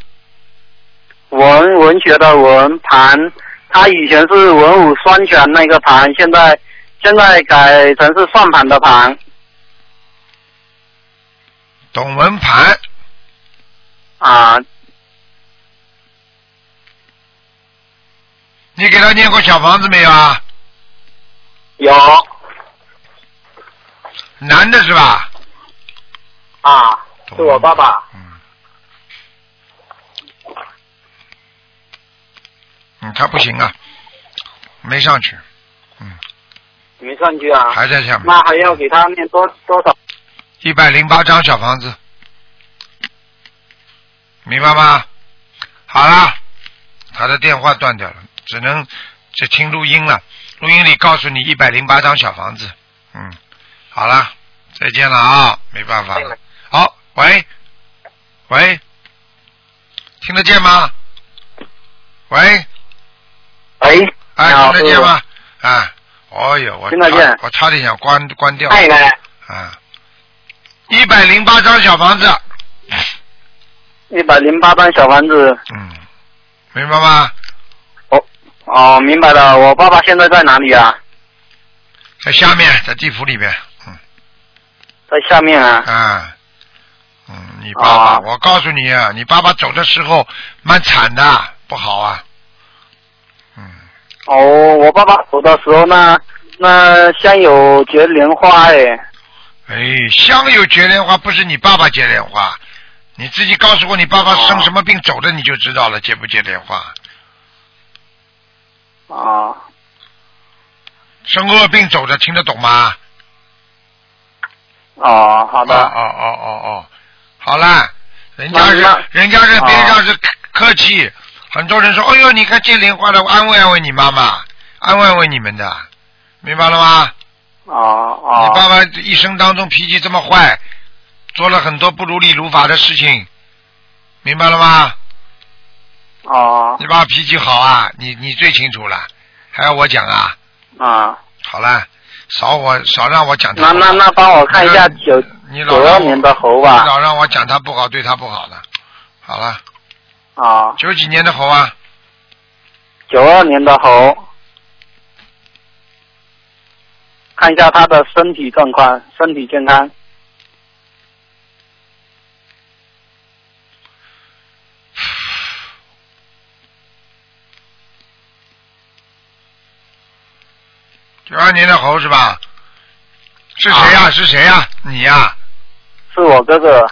[SPEAKER 5] 文文学的文盘，它以前是文武双全那个盘，现在现在改成是算盘的盘。
[SPEAKER 1] 董文盘，
[SPEAKER 5] 啊，
[SPEAKER 1] 你给他念过小房子没有啊？
[SPEAKER 5] 有
[SPEAKER 1] 男的是吧？
[SPEAKER 5] 啊，是我爸爸。
[SPEAKER 1] 嗯。嗯，他不行啊，没上去，
[SPEAKER 5] 没上去啊。
[SPEAKER 1] 还在下面。
[SPEAKER 5] 那还要给他念多多少？
[SPEAKER 1] 一百零八张小房子，明白吗？好啦，他的电话断掉了，只能只听录音了。录音里告诉你一百零八张小房子，嗯，好啦，再见了啊，没办法了。好，喂，喂，听得见吗？喂，
[SPEAKER 5] 喂，
[SPEAKER 1] 哎，
[SPEAKER 5] 你好
[SPEAKER 1] 听得见吗？啊，哦哟，我
[SPEAKER 5] 听得见
[SPEAKER 1] 差我差点想关关掉。
[SPEAKER 5] 太太，
[SPEAKER 1] 啊，一百零八张小房子，
[SPEAKER 5] 一百零八张小房子。
[SPEAKER 1] 嗯，明白吗？
[SPEAKER 5] 哦，明白了。我爸爸现在在哪里啊？
[SPEAKER 1] 在下面，在地府里面，嗯
[SPEAKER 5] 在下面啊。
[SPEAKER 1] 啊，嗯，你爸爸，
[SPEAKER 5] 啊
[SPEAKER 1] 我告诉你啊，你爸爸走的时候蛮惨的，不好啊，嗯，
[SPEAKER 5] 哦，我爸爸走的时候呢，那香有结莲花哎。
[SPEAKER 1] 哎，香有绝莲花，不是你爸爸接莲花，你自己告诉我你爸爸生什么病走的，你就知道了，接不接莲花？
[SPEAKER 5] 啊，
[SPEAKER 1] 生恶病走的，听得懂吗？
[SPEAKER 5] 哦，好的。
[SPEAKER 1] 哦哦哦哦哦，好啦，人家是
[SPEAKER 5] 那那
[SPEAKER 1] 人家是
[SPEAKER 5] 哦
[SPEAKER 1] 别让是客客气，很多人说，哎呦，你看接莲花的，安慰安慰你妈妈，安慰安慰你们的，明白了吗？
[SPEAKER 5] 哦哦。
[SPEAKER 1] 你爸爸一生当中脾气这么坏，做了很多不如理如法的事情，明白了吗？
[SPEAKER 5] 哦
[SPEAKER 1] 你爸爸脾气好啊，你你最清楚了，还要我讲啊？
[SPEAKER 5] 啊，
[SPEAKER 1] 好啦，少我少让我讲他
[SPEAKER 5] 那
[SPEAKER 1] 不好。
[SPEAKER 5] 那那帮我看一下
[SPEAKER 1] 你
[SPEAKER 5] 九
[SPEAKER 1] 你老
[SPEAKER 5] 九二
[SPEAKER 1] 让
[SPEAKER 5] 年的猴
[SPEAKER 1] 你
[SPEAKER 5] 吧。
[SPEAKER 1] 老让我讲他不好，对他不好的。好了，
[SPEAKER 5] 啊，
[SPEAKER 1] 九几年的猴啊，
[SPEAKER 5] 九二年的猴，看一下他的身体状况，身体健康。
[SPEAKER 1] 九二年的猴是吧？是谁
[SPEAKER 5] 啊
[SPEAKER 1] 呀、是谁呀、你呀、
[SPEAKER 5] 是我哥哥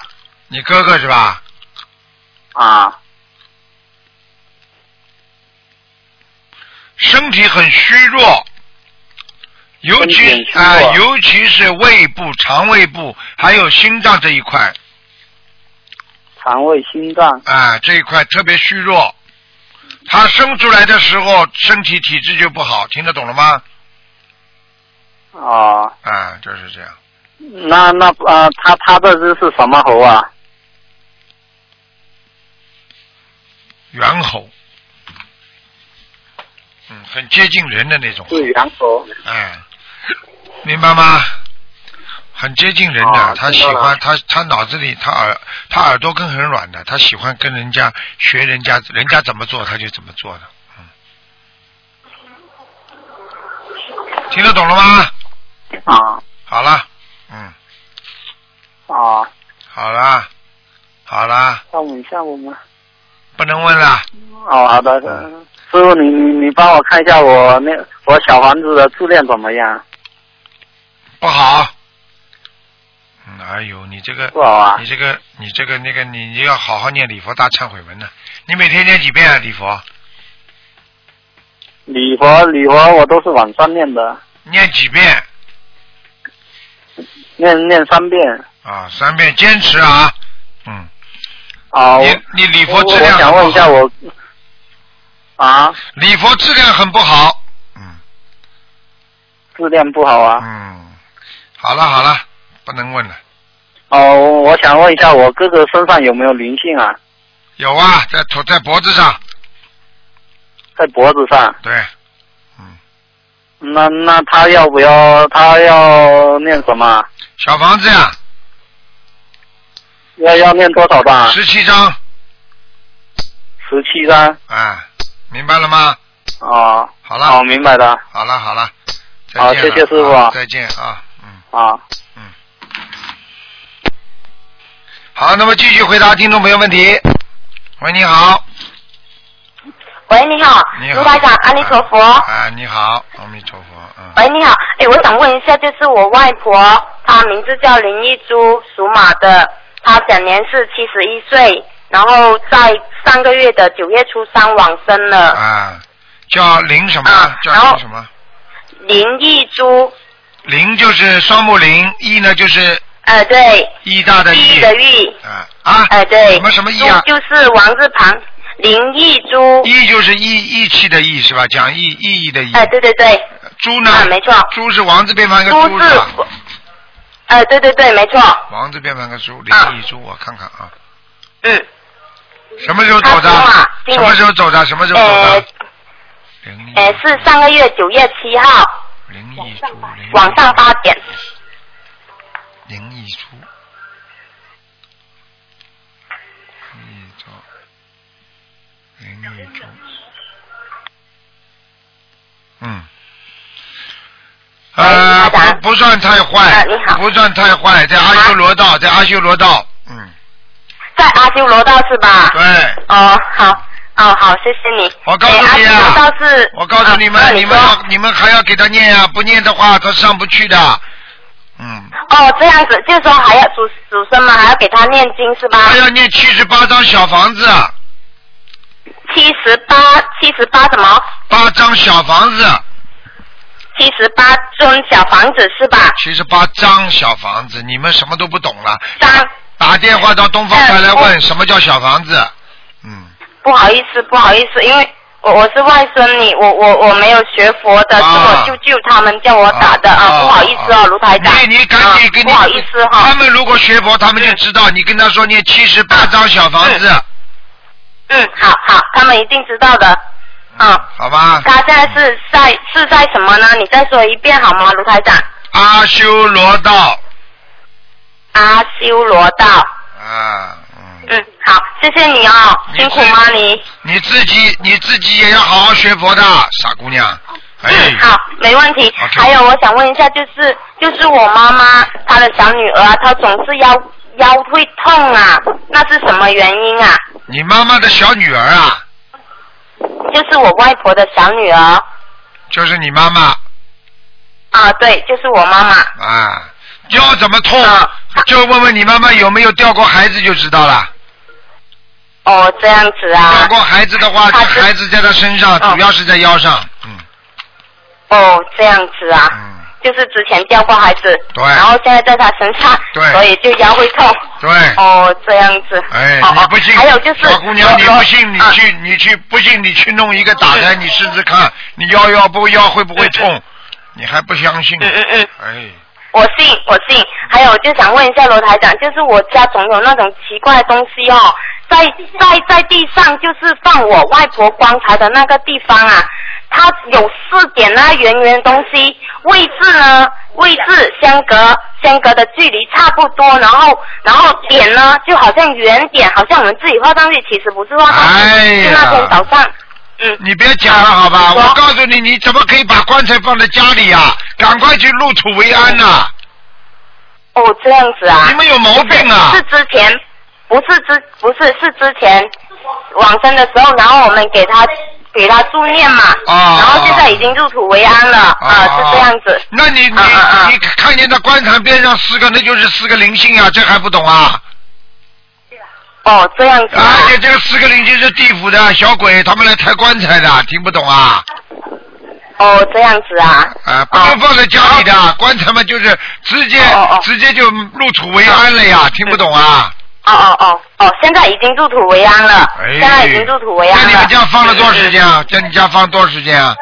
[SPEAKER 1] 你哥哥是吧？
[SPEAKER 5] 啊，
[SPEAKER 1] 身体很虚弱，尤
[SPEAKER 5] 身
[SPEAKER 1] 其
[SPEAKER 5] 体
[SPEAKER 1] 啊、
[SPEAKER 5] 很虚弱
[SPEAKER 1] 尤其是胃部、肠胃部还有心脏这一块
[SPEAKER 5] 肠胃、心脏。
[SPEAKER 1] 啊、这一块特别虚弱。他生出来的时候，身体体质就不好，听得懂了吗？
[SPEAKER 5] 啊，
[SPEAKER 1] 啊、就是这样。
[SPEAKER 5] 那那啊，他他这只是什么猴啊？
[SPEAKER 1] 猿猴，嗯，很接近人的那种猴，
[SPEAKER 5] 羊猴。
[SPEAKER 1] 哎，明白吗？很接近人的，
[SPEAKER 5] 啊
[SPEAKER 1] 他喜
[SPEAKER 5] 知道了
[SPEAKER 1] 欢他他脑子里他耳他耳朵根很软的，他喜欢跟人家学人家人家怎么做他就怎么做的，嗯，听得懂了吗？
[SPEAKER 5] 啊
[SPEAKER 1] 好了，嗯，
[SPEAKER 5] 啊，
[SPEAKER 1] 好了，好了，
[SPEAKER 5] 那问一下我们。
[SPEAKER 1] 不能问了，
[SPEAKER 5] 哦，好的，
[SPEAKER 1] 嗯
[SPEAKER 5] 师傅，你你你帮我看一下我那我小房子的质量怎么样？
[SPEAKER 1] 不好。嗯，哎呦，你这个
[SPEAKER 5] 不好啊
[SPEAKER 1] 你，这个，你这个，那个，你你要好好念礼佛大忏悔文呢。你每天念几遍啊？礼佛
[SPEAKER 5] 礼佛礼佛我都是晚上念的，
[SPEAKER 1] 念几遍
[SPEAKER 5] 念念三遍。
[SPEAKER 1] 啊？三遍，坚持啊。嗯，
[SPEAKER 5] 啊，我
[SPEAKER 1] 你你礼
[SPEAKER 5] 我
[SPEAKER 1] 佛质
[SPEAKER 5] 我
[SPEAKER 1] 量
[SPEAKER 5] 想问一
[SPEAKER 1] 很不
[SPEAKER 5] 下
[SPEAKER 1] 好，
[SPEAKER 5] 我，啊，
[SPEAKER 1] 礼佛质量很不好。嗯
[SPEAKER 5] 质量不好啊。
[SPEAKER 1] 嗯，好了好了，不能问了。
[SPEAKER 5] 哦，我我想问一下我哥哥身上有没有灵性啊？
[SPEAKER 1] 有啊，在头在脖子上，
[SPEAKER 5] 在脖子上。
[SPEAKER 1] 对，
[SPEAKER 5] 那那他要不要他要念什么啊？
[SPEAKER 1] 小房子呀、
[SPEAKER 5] 要要念多少吧？
[SPEAKER 1] 十七张，
[SPEAKER 5] 十七张。
[SPEAKER 1] 啊，明白了吗？
[SPEAKER 5] 哦，
[SPEAKER 1] 好了
[SPEAKER 5] 哦，明白的。
[SPEAKER 1] 好了好了，再
[SPEAKER 5] 好
[SPEAKER 1] 见了
[SPEAKER 5] 谢谢师傅
[SPEAKER 1] 啊再见啊，嗯，
[SPEAKER 5] 啊，
[SPEAKER 1] 好，那么继续回答听众朋友问题。喂，你好，
[SPEAKER 2] 喂，你好，
[SPEAKER 1] 你好，
[SPEAKER 2] 卢台长，阿弥陀佛。
[SPEAKER 1] 啊，你好，阿弥陀佛，嗯，
[SPEAKER 2] 喂，你好，哎，我想问一下，就是我外婆，她名字叫林一珠，属马的，她享年是七十一岁，然后在上个月的九月初三往生了。
[SPEAKER 1] 啊，叫林什么
[SPEAKER 2] 啊？然
[SPEAKER 1] 叫
[SPEAKER 2] 后
[SPEAKER 1] 林什么？
[SPEAKER 2] 林一珠，
[SPEAKER 1] 林就是双木林，义呢就是
[SPEAKER 2] 呃，对，
[SPEAKER 1] 义大的义
[SPEAKER 2] 玉，的玉，
[SPEAKER 1] 啊啊，
[SPEAKER 2] 呃，对，
[SPEAKER 1] 什么什么义啊？
[SPEAKER 2] 珠就是王字旁，林一珠，
[SPEAKER 1] 义就是义义气的义是吧？讲义意义的义。
[SPEAKER 2] 哎、对对对，
[SPEAKER 1] 猪呢？
[SPEAKER 2] 啊没错
[SPEAKER 1] 猪是王字边旁一个
[SPEAKER 2] 珠
[SPEAKER 1] 是
[SPEAKER 2] 字
[SPEAKER 1] 吧？，
[SPEAKER 2] 呃，对对对，没错，
[SPEAKER 1] 王字边旁一个猪，林义猪，我看看啊，
[SPEAKER 2] 嗯，
[SPEAKER 1] 什么时候走的
[SPEAKER 2] 他说啊？今
[SPEAKER 1] 什
[SPEAKER 2] 年
[SPEAKER 1] 么时候走的？什么时候走
[SPEAKER 2] 呃
[SPEAKER 1] 的？林义
[SPEAKER 2] 呃，是上个月九月七号
[SPEAKER 1] 林义猪，林义
[SPEAKER 2] 晚上八点。
[SPEAKER 1] 林义珠，林义珠，林义珠，嗯，呃，
[SPEAKER 2] 哎台长
[SPEAKER 1] 不不算太坏
[SPEAKER 2] 啊你，好啊
[SPEAKER 1] 不算太坏，在阿修罗道，在阿修罗道，嗯，
[SPEAKER 2] 在阿修罗道是吧？
[SPEAKER 1] 对，
[SPEAKER 2] 哦，好，哦，好，谢谢你。
[SPEAKER 1] 我告诉你啊
[SPEAKER 2] 哎阿修罗道是。
[SPEAKER 1] 我告诉你们，
[SPEAKER 2] 啊
[SPEAKER 1] 你们
[SPEAKER 2] 说
[SPEAKER 1] 要你们还要给他念啊，不念的话他上不去的，嗯，
[SPEAKER 2] 哦，这样子，就是说还要呃主主生嘛，还要给他念经是吧？
[SPEAKER 1] 他要念七十八张小房子，
[SPEAKER 2] 七十八，七十八什么？
[SPEAKER 1] 八张小房子，
[SPEAKER 2] 七十八尊小房子是吧？
[SPEAKER 1] 七十八张小房子，你们什么都不懂了。
[SPEAKER 2] 张，
[SPEAKER 1] 打电话到东方台来
[SPEAKER 2] 哎
[SPEAKER 1] 问什么叫小房子。嗯，
[SPEAKER 2] 不好意思，不好意思，因为我我是外孙女，我我我没有学佛的，是
[SPEAKER 1] 啊
[SPEAKER 2] 我舅舅他们叫我打的啊，不好意思哦，卢台长。
[SPEAKER 1] 你你赶紧
[SPEAKER 2] 啊
[SPEAKER 1] 跟你嗯
[SPEAKER 2] 不好意思哈
[SPEAKER 1] 他。们如果学佛，他们就知道。你跟他说念七十八张小房子，
[SPEAKER 2] 嗯，好好，他们一定知道的。嗯，
[SPEAKER 1] 好吧？
[SPEAKER 2] 他现在是在是在什么呢？你再说一遍好吗，卢台长？
[SPEAKER 1] 阿修罗道
[SPEAKER 2] 阿修罗道。
[SPEAKER 1] 啊，嗯，
[SPEAKER 2] 嗯，好，谢谢你哦，
[SPEAKER 1] 你
[SPEAKER 2] 辛苦吗你？
[SPEAKER 1] 你自己你自己也要好好学佛的，傻姑娘。哎，
[SPEAKER 2] 嗯，好，没问题。
[SPEAKER 1] OK
[SPEAKER 2] 还有，我想问一下，就是就是我妈妈她的小女儿啊，她总是腰腰会痛啊，那是什么原因啊？
[SPEAKER 1] 你妈妈的小女儿啊，
[SPEAKER 2] 就是我外婆的小女儿
[SPEAKER 1] 就是你妈妈
[SPEAKER 2] 啊，对，就是我妈妈。
[SPEAKER 1] 啊，腰怎么痛
[SPEAKER 2] 啊？
[SPEAKER 1] 就问问你妈妈有没有掉过孩子就知道了。
[SPEAKER 2] 哦，这样子
[SPEAKER 1] 掉
[SPEAKER 2] 啊。
[SPEAKER 1] 过孩子的话，
[SPEAKER 2] 他是
[SPEAKER 1] 孩子在他身上，
[SPEAKER 2] 哦
[SPEAKER 1] 主要是在腰上。嗯
[SPEAKER 2] 哦，这样子啊。
[SPEAKER 1] 嗯，
[SPEAKER 2] 就是之前掉过孩子，
[SPEAKER 1] 对
[SPEAKER 2] 然后现在在他身上，
[SPEAKER 1] 对
[SPEAKER 2] 所以就腰会痛。
[SPEAKER 1] 对。
[SPEAKER 2] 哦，这样子。
[SPEAKER 1] 哎，
[SPEAKER 2] 哦
[SPEAKER 1] 你不信？
[SPEAKER 2] 哦还有就是，
[SPEAKER 1] 小姑娘，
[SPEAKER 2] 我
[SPEAKER 1] 你不信？你
[SPEAKER 2] 啊嗯
[SPEAKER 1] 去，你去，不信你去弄一个打胎，你试试看，你腰腰不腰会不会痛？你还不相信？
[SPEAKER 2] 嗯嗯嗯，
[SPEAKER 1] 哎，
[SPEAKER 2] 我信，我信。还有就想问一下罗台长，就是我家总有那种奇怪的东西哦，在在在地上，就是放我外婆棺材的那个地方啊，它有四点那圆圆的东西，位置呢，位置相隔相隔的距离差不多，然后然后点呢，就好像圆点，好像我们自己画上去，其实不是画上去，
[SPEAKER 1] 哎呀
[SPEAKER 2] 是那天早上，嗯，
[SPEAKER 1] 你别讲了，好吧？
[SPEAKER 2] 你说
[SPEAKER 1] 我告诉你，你怎么可以把棺材放在家里呀？赶快去入土为安呐！
[SPEAKER 2] 哦，这样子啊。
[SPEAKER 1] 你们有毛病啊
[SPEAKER 2] 不是！是之前，不是之不是是之前往生的时候，然后我们给他给他助念嘛，
[SPEAKER 1] 啊
[SPEAKER 2] 然后现在已经入土为安了，啊，
[SPEAKER 1] 哦
[SPEAKER 2] 是这样子。
[SPEAKER 1] 那你你
[SPEAKER 2] 啊啊啊
[SPEAKER 1] 你看见那棺材边上四个，那就是四个灵性啊，这还不懂啊？
[SPEAKER 2] 哦，这样子啊。
[SPEAKER 1] 而且这个四个灵性是地府的小鬼，他们来抬棺材的，听不懂啊？
[SPEAKER 2] 哦，这样子啊。
[SPEAKER 1] 啊，不能
[SPEAKER 2] 哦
[SPEAKER 1] 放在家里的，棺材嘛就是直接
[SPEAKER 2] 哦嗯哦哦
[SPEAKER 1] 直接就入土为安了呀，听不懂啊？
[SPEAKER 2] 哦哦哦哦，现在已经入土为安了，
[SPEAKER 1] 哎，
[SPEAKER 2] 现在已经入土为安了。嗯
[SPEAKER 1] 在你们家放了多少时间啊？在你家放多少时间啊？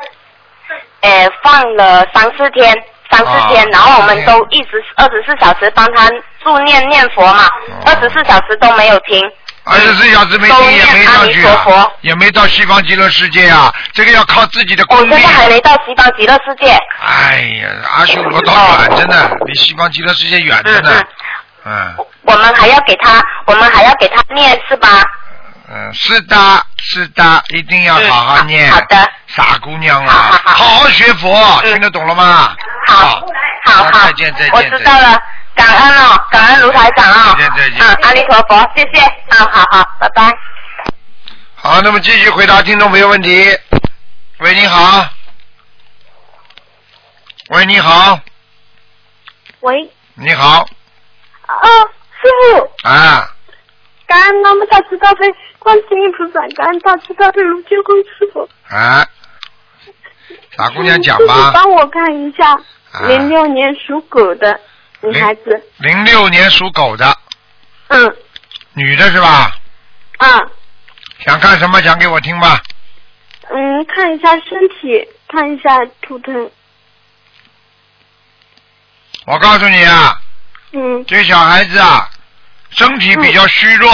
[SPEAKER 2] 呃，放了三四天，三四天，
[SPEAKER 1] 啊
[SPEAKER 2] 然后我
[SPEAKER 1] 三四天
[SPEAKER 2] 们都一直二十四小时帮他助念念佛嘛
[SPEAKER 1] 哦，
[SPEAKER 2] 二十四小时都没有停。
[SPEAKER 1] 二十四小时没
[SPEAKER 2] 都
[SPEAKER 1] 听
[SPEAKER 2] 念
[SPEAKER 1] 也没上去
[SPEAKER 2] 阿弥陀
[SPEAKER 1] 啊
[SPEAKER 2] 佛，
[SPEAKER 1] 也没到西方极乐世界啊，这个要靠自己的
[SPEAKER 2] 我
[SPEAKER 1] 功
[SPEAKER 2] 哦现
[SPEAKER 1] 力
[SPEAKER 2] 在。还没到西方极乐世界。
[SPEAKER 1] 哎呀，阿修罗道远着呢，离西方极乐世界远着
[SPEAKER 2] 嗯
[SPEAKER 1] 呢
[SPEAKER 2] 嗯。。
[SPEAKER 1] 嗯
[SPEAKER 6] 我们还要给他，我们还要给他念是吧？
[SPEAKER 1] 嗯，是的，是的，一定要好好念。
[SPEAKER 6] 嗯好好的。
[SPEAKER 1] 傻姑娘啊，
[SPEAKER 6] 好好好
[SPEAKER 1] 学佛，
[SPEAKER 6] 嗯
[SPEAKER 1] 听得懂了吗？
[SPEAKER 6] 好，好
[SPEAKER 1] 好
[SPEAKER 6] 好，
[SPEAKER 1] 再见再见
[SPEAKER 6] 我知道了，感恩哦，感恩卢台长啊、哦，
[SPEAKER 1] 再见再见
[SPEAKER 6] 嗯，阿弥陀佛，谢谢，嗯，好好，拜拜。
[SPEAKER 1] 好，那么继续回答听众朋友问题。喂，你好。喂，你好，
[SPEAKER 4] 喂，
[SPEAKER 1] 你好，
[SPEAKER 4] 哦，师傅，
[SPEAKER 1] 啊，
[SPEAKER 4] 感恩南无大慈大悲观世音菩萨，感恩大慈大悲卢军公师傅。
[SPEAKER 1] 啊，傻姑娘讲
[SPEAKER 4] 嗯师傅
[SPEAKER 1] 吧。
[SPEAKER 4] 帮我看一下，
[SPEAKER 1] 啊
[SPEAKER 4] 零六年属狗的女孩子，
[SPEAKER 1] 零六年属狗的，哎
[SPEAKER 4] 嗯
[SPEAKER 1] 女的是吧？
[SPEAKER 4] 啊，
[SPEAKER 1] 想看什么讲给我听吧。
[SPEAKER 4] 嗯，看一下身体，看一下图腾，
[SPEAKER 1] 我告诉你啊，
[SPEAKER 4] 嗯
[SPEAKER 1] 这小孩子啊，身体比较虚弱，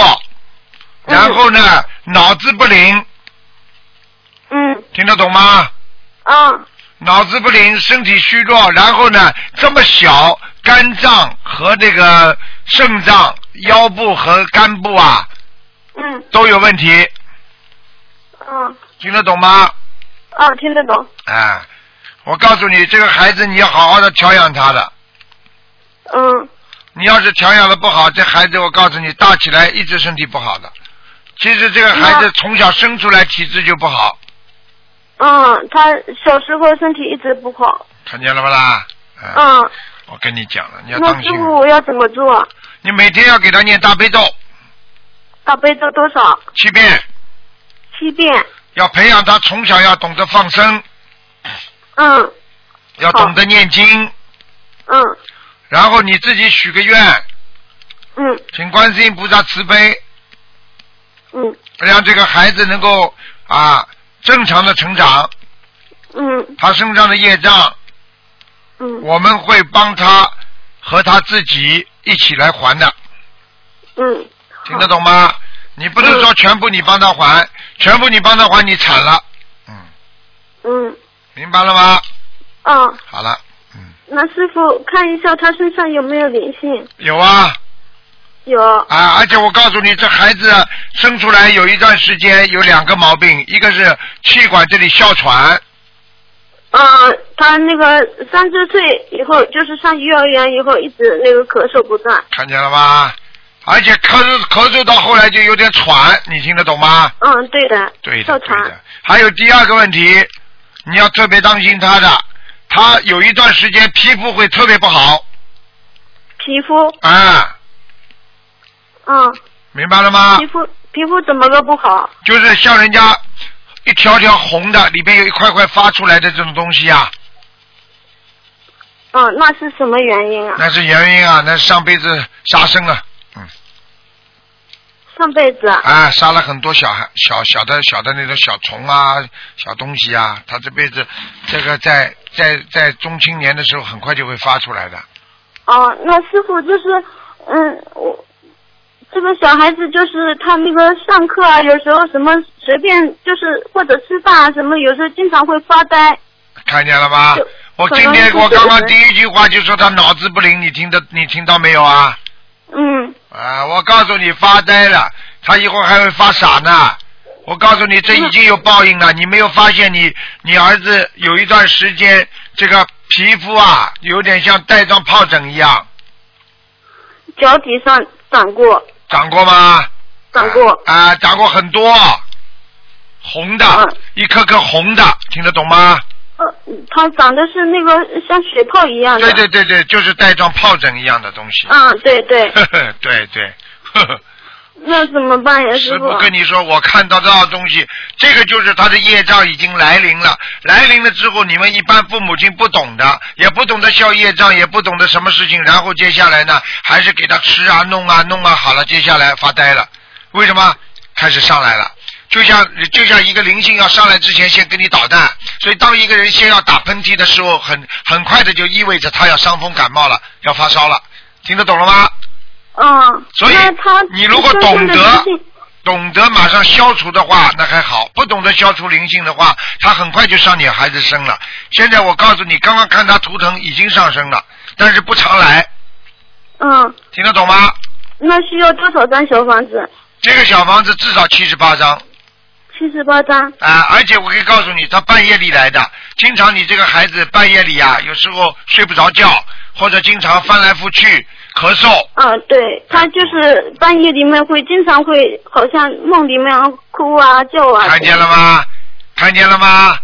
[SPEAKER 4] 嗯
[SPEAKER 1] 然后呢，脑子不灵，
[SPEAKER 4] 嗯
[SPEAKER 1] 听得懂吗？
[SPEAKER 4] 啊
[SPEAKER 1] 脑子不灵，身体虚弱，然后呢，这么小，肝脏和这个肾脏、腰部和肝部啊
[SPEAKER 4] 嗯
[SPEAKER 1] 都有问题，
[SPEAKER 4] 啊
[SPEAKER 1] 听得懂吗？
[SPEAKER 4] 啊，听得懂，
[SPEAKER 1] 啊，我告诉你，这个孩子你要好好的调养他的，
[SPEAKER 4] 嗯
[SPEAKER 1] 你要是调养的不好，这孩子我告诉你，大起来一直身体不好的。其实这个孩子
[SPEAKER 4] 那
[SPEAKER 1] 从小生出来体质就不好，
[SPEAKER 4] 嗯，她小时候身体一直不好，
[SPEAKER 1] 看见了不啦？嗯
[SPEAKER 4] 嗯，
[SPEAKER 1] 我跟你讲了，你要
[SPEAKER 4] 那
[SPEAKER 1] 当
[SPEAKER 4] 师
[SPEAKER 1] 心，
[SPEAKER 4] 傅我要怎么做？
[SPEAKER 1] 你每天要给他念大悲咒
[SPEAKER 4] 大悲咒多少？
[SPEAKER 1] 七遍，
[SPEAKER 4] 七遍，
[SPEAKER 1] 要培养他从小要懂得放生，
[SPEAKER 4] 嗯
[SPEAKER 1] 要懂得念经，
[SPEAKER 4] 嗯
[SPEAKER 1] 然后你自己许个愿，
[SPEAKER 4] 嗯
[SPEAKER 1] 请观世音菩萨慈悲，
[SPEAKER 4] 嗯
[SPEAKER 1] 让这个孩子能够啊正常的成长，
[SPEAKER 4] 嗯
[SPEAKER 1] 他身上的业障，
[SPEAKER 4] 嗯
[SPEAKER 1] 我们会帮他和他自己一起来还的，
[SPEAKER 4] 嗯，
[SPEAKER 1] 听得懂吗？你不能说全部你帮他还，全部你帮他还你惨了，嗯，
[SPEAKER 4] 嗯
[SPEAKER 1] 明白了吗？
[SPEAKER 4] 啊，
[SPEAKER 1] 好了，
[SPEAKER 4] 那师傅看一下他身上有没有灵性？
[SPEAKER 1] 有啊
[SPEAKER 4] 有，呃
[SPEAKER 1] 啊！而且我告诉你，这孩子生出来有一段时间有两个毛病，一个是气管这里哮喘，
[SPEAKER 4] 啊，他那个三周岁以后，就是上幼儿园以后一直那个咳嗽不断。
[SPEAKER 1] 看见了吗？而且咳嗽咳嗽到后来就有点喘，你听得懂吗？
[SPEAKER 4] 嗯，对的，
[SPEAKER 1] 对的，
[SPEAKER 4] 哮
[SPEAKER 1] 对
[SPEAKER 4] 喘
[SPEAKER 1] 的。。还有第二个问题，你要特别当心他的，他有一段时间皮肤会特别不好
[SPEAKER 4] 皮肤，
[SPEAKER 1] 啊，
[SPEAKER 4] 嗯，
[SPEAKER 1] 明白了吗
[SPEAKER 4] 皮？肤皮肤怎么个不好？
[SPEAKER 1] 就是像人家一条条红的，里面有一块块发出来的这种东西啊，
[SPEAKER 4] 嗯，那是什么原因啊？
[SPEAKER 1] 那是原因啊，那上辈子杀生啊了。
[SPEAKER 4] 上辈子啊，
[SPEAKER 1] 啊，杀了很多小孩、小小的、小的那种小虫啊、小东西啊，他这辈子这个在在在中青年的时候很快就会发出来的。
[SPEAKER 4] 哦，那师傅就是，嗯，我这个小孩子就是他那个上课啊，有时候什么随便就是或者吃饭啊什么，有时候经常会发呆。
[SPEAKER 1] 看见了吧
[SPEAKER 4] 就？
[SPEAKER 1] 我今天我刚刚第一句话就说他脑子不灵，你听得你听到没有啊？
[SPEAKER 4] 嗯，
[SPEAKER 1] 啊，我告诉你发呆了，他以后还会发傻呢。我告诉你，这已经有报应了。你没有发现你你儿子有一段时间这个皮肤啊，有点像带状疱疹一样，
[SPEAKER 4] 脚底上长过，
[SPEAKER 1] 长过吗？
[SPEAKER 4] 长过。
[SPEAKER 1] 啊，长过很多，红的，
[SPEAKER 4] 嗯
[SPEAKER 1] 一颗颗红的，听得懂吗？
[SPEAKER 4] 呃，它长得是那个像血泡一样的。
[SPEAKER 1] 对对。对对，就是带状疱疹一样的东西。
[SPEAKER 4] 啊，对对，
[SPEAKER 1] 呵呵， 对对，呵呵。
[SPEAKER 4] 那怎么办呀，
[SPEAKER 1] 师
[SPEAKER 4] 师傅
[SPEAKER 1] 傅？跟你说，我看到这道东西，这个就是他的业障已经来临了。来临了之后，你们一般父母亲不懂的，也不懂得消业障，也不懂得什么事情，然后接下来呢，还是给他吃啊、弄啊、弄啊，好了，接下来发呆了。为什么？开始上来了。就像就像一个灵性要上来之前，先给你捣蛋，所以当一个人先要打喷嚏的时候，很很快的就意味着他要伤风感冒了，要发烧了，听得懂了吗？
[SPEAKER 4] 嗯。
[SPEAKER 1] 所以
[SPEAKER 4] 那他
[SPEAKER 1] 你如果懂得
[SPEAKER 4] 身上的灵性
[SPEAKER 1] 懂得马上消除的话，那还好；不懂得消除灵性的话，他很快就上你孩子身了。现在我告诉你，刚刚看他图腾已经上升了，但是不常来，
[SPEAKER 4] 嗯，
[SPEAKER 1] 听得懂吗？
[SPEAKER 4] 那需要多少张小房子？
[SPEAKER 1] 这个小房子至少七十八张
[SPEAKER 4] 七十八张。
[SPEAKER 1] 啊！而且我可以告诉你，他半夜里来的，经常你这个孩子半夜里啊，有时候睡不着觉，或者经常翻来覆去咳嗽，
[SPEAKER 4] 啊，对他就是半夜里面会经常会，好像梦里面哭啊叫啊。
[SPEAKER 1] 看见了？吗？看见了吗？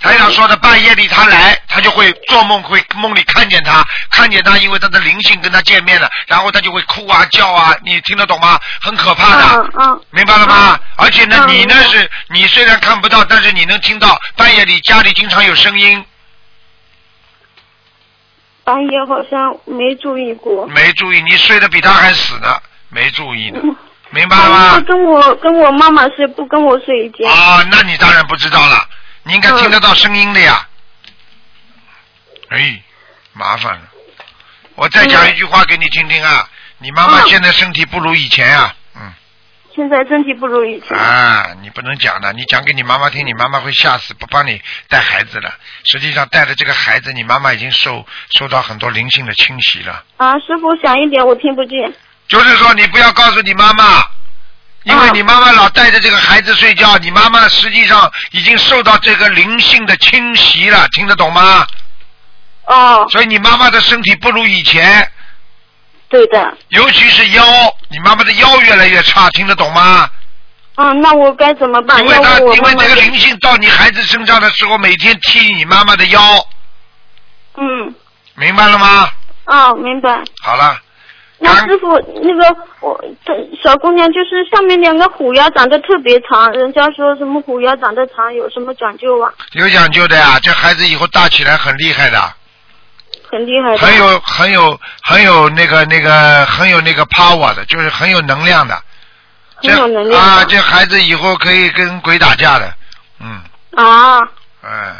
[SPEAKER 1] 台长说的，半夜里他来，他就会做梦，会梦里看见他，看见他，因为他的灵性跟他见面了，然后他就会哭啊叫啊，你听得懂吗？很可怕的。
[SPEAKER 4] 嗯嗯。
[SPEAKER 1] 明白了吗？而且呢，
[SPEAKER 4] 嗯
[SPEAKER 1] 你呢
[SPEAKER 4] 明白
[SPEAKER 1] 是，你虽然看不到，但是你能听到半夜里家里经常有声音，
[SPEAKER 4] 半夜好像没注意过。
[SPEAKER 1] 没注意，你睡得比他还死呢，没注 意呢，明白了
[SPEAKER 4] 他
[SPEAKER 1] 吗？
[SPEAKER 4] 跟我跟我妈妈睡，不跟我睡一间。
[SPEAKER 1] 啊，那你当然不知道了，你应该听得到声音的呀。哎，麻烦了，我再讲一句话给你听听啊，你妈妈
[SPEAKER 4] 嗯
[SPEAKER 1] 现在身体不如以前啊，嗯，
[SPEAKER 4] 现在身体不如以前。
[SPEAKER 1] 啊，你不能讲的，你讲给你妈妈听，你妈妈会吓死，不帮你带孩子了。实际上带着这个孩子，你妈妈已经受受到很多灵性的侵袭了。
[SPEAKER 4] 啊，师傅响一点，我听不见。
[SPEAKER 1] 就是说你不要告诉你妈妈，因为
[SPEAKER 4] 嗯
[SPEAKER 1] 你妈妈老带着这个孩子睡觉，你妈妈实际上已经受到这个灵性的侵袭了，听得懂吗？
[SPEAKER 4] 哦，
[SPEAKER 1] 所以你妈妈的身体不如以前，
[SPEAKER 4] 对的。
[SPEAKER 1] 尤其是腰，你妈妈的腰越来越差，听得懂吗？
[SPEAKER 4] 嗯，那我该怎么办？
[SPEAKER 1] 因为
[SPEAKER 4] 要
[SPEAKER 1] 她
[SPEAKER 4] 不我
[SPEAKER 1] 因
[SPEAKER 4] 妈
[SPEAKER 1] 为
[SPEAKER 4] 妈
[SPEAKER 1] 这个
[SPEAKER 4] 就
[SPEAKER 1] 灵性到你孩子身上的时候，每天踢你妈妈的腰，
[SPEAKER 4] 嗯，
[SPEAKER 1] 明白了吗？
[SPEAKER 4] 哦，明白。
[SPEAKER 1] 好了，
[SPEAKER 4] 那
[SPEAKER 1] 刚
[SPEAKER 4] 师傅，那个我这小姑娘就是上面两个虎牙长得特别长，人家说什么虎牙长得长有什么讲究啊？
[SPEAKER 1] 有讲究的呀，这孩子以后大起来很厉害的。
[SPEAKER 4] 很厉害的。
[SPEAKER 1] 很有很有很有那个那个很有那个 power 的，就是很有能量的。这
[SPEAKER 4] 很有能量的
[SPEAKER 1] 啊，这孩子以后可以跟鬼打架的，嗯
[SPEAKER 4] 啊，
[SPEAKER 1] 嗯，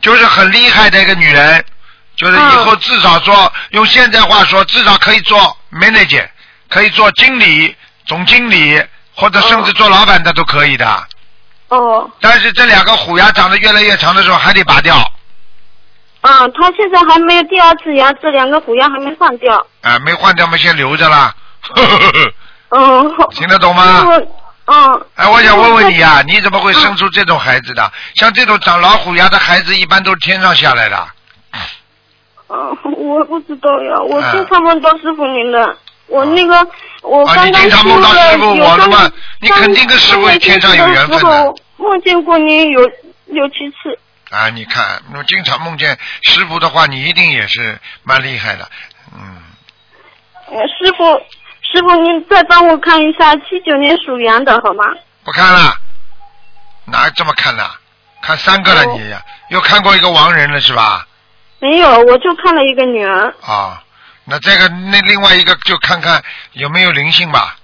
[SPEAKER 1] 就是很厉害的一个女人，就是以后
[SPEAKER 4] 嗯
[SPEAKER 1] 至少说、用现在话说，至少可以做 manager，可以做经理、总经理，或者
[SPEAKER 4] 嗯
[SPEAKER 1] 甚至做老板的都可以的。
[SPEAKER 4] 哦，
[SPEAKER 1] 但是这两个虎牙长得越来越长的时候，还得拔掉
[SPEAKER 4] 啊，她现在还没有第二次牙，这两个虎牙还没换掉。
[SPEAKER 1] 啊，没换掉嘛，先留着啦。
[SPEAKER 4] 嗯，
[SPEAKER 1] 听得懂吗？
[SPEAKER 4] 师傅，嗯，
[SPEAKER 1] 哎，我想问问你
[SPEAKER 4] 哦
[SPEAKER 1] 啊，你怎么会生出这种孩子的？像这种长老虎牙的孩子，一般都是天上下来的。
[SPEAKER 4] 嗯，我不知道呀，我
[SPEAKER 1] 啊
[SPEAKER 4] 经常梦到师傅您的。我那个，我
[SPEAKER 1] 啊，
[SPEAKER 4] 刚
[SPEAKER 1] 哦你
[SPEAKER 4] 刚
[SPEAKER 1] 经常梦到师傅
[SPEAKER 4] 修了有
[SPEAKER 1] 我的
[SPEAKER 4] 刚
[SPEAKER 1] 嘛
[SPEAKER 4] 刚，
[SPEAKER 1] 你肯定跟师傅天上有缘分
[SPEAKER 4] 时
[SPEAKER 1] 的
[SPEAKER 4] 候梦见过您有六七次。
[SPEAKER 1] 啊！你看，我经常梦见师傅的话，你一定也是蛮厉害的。嗯，
[SPEAKER 4] 呃师傅，师傅，您再帮我看一下七九年属羊的好吗？
[SPEAKER 1] 不看了，哪这么看了？看三个了
[SPEAKER 4] 哦
[SPEAKER 1] 你，又看过一个亡人了是吧？
[SPEAKER 4] 没有，我就看了一个女儿。
[SPEAKER 1] 啊，那这个那另外一个就看看有没有灵性吧。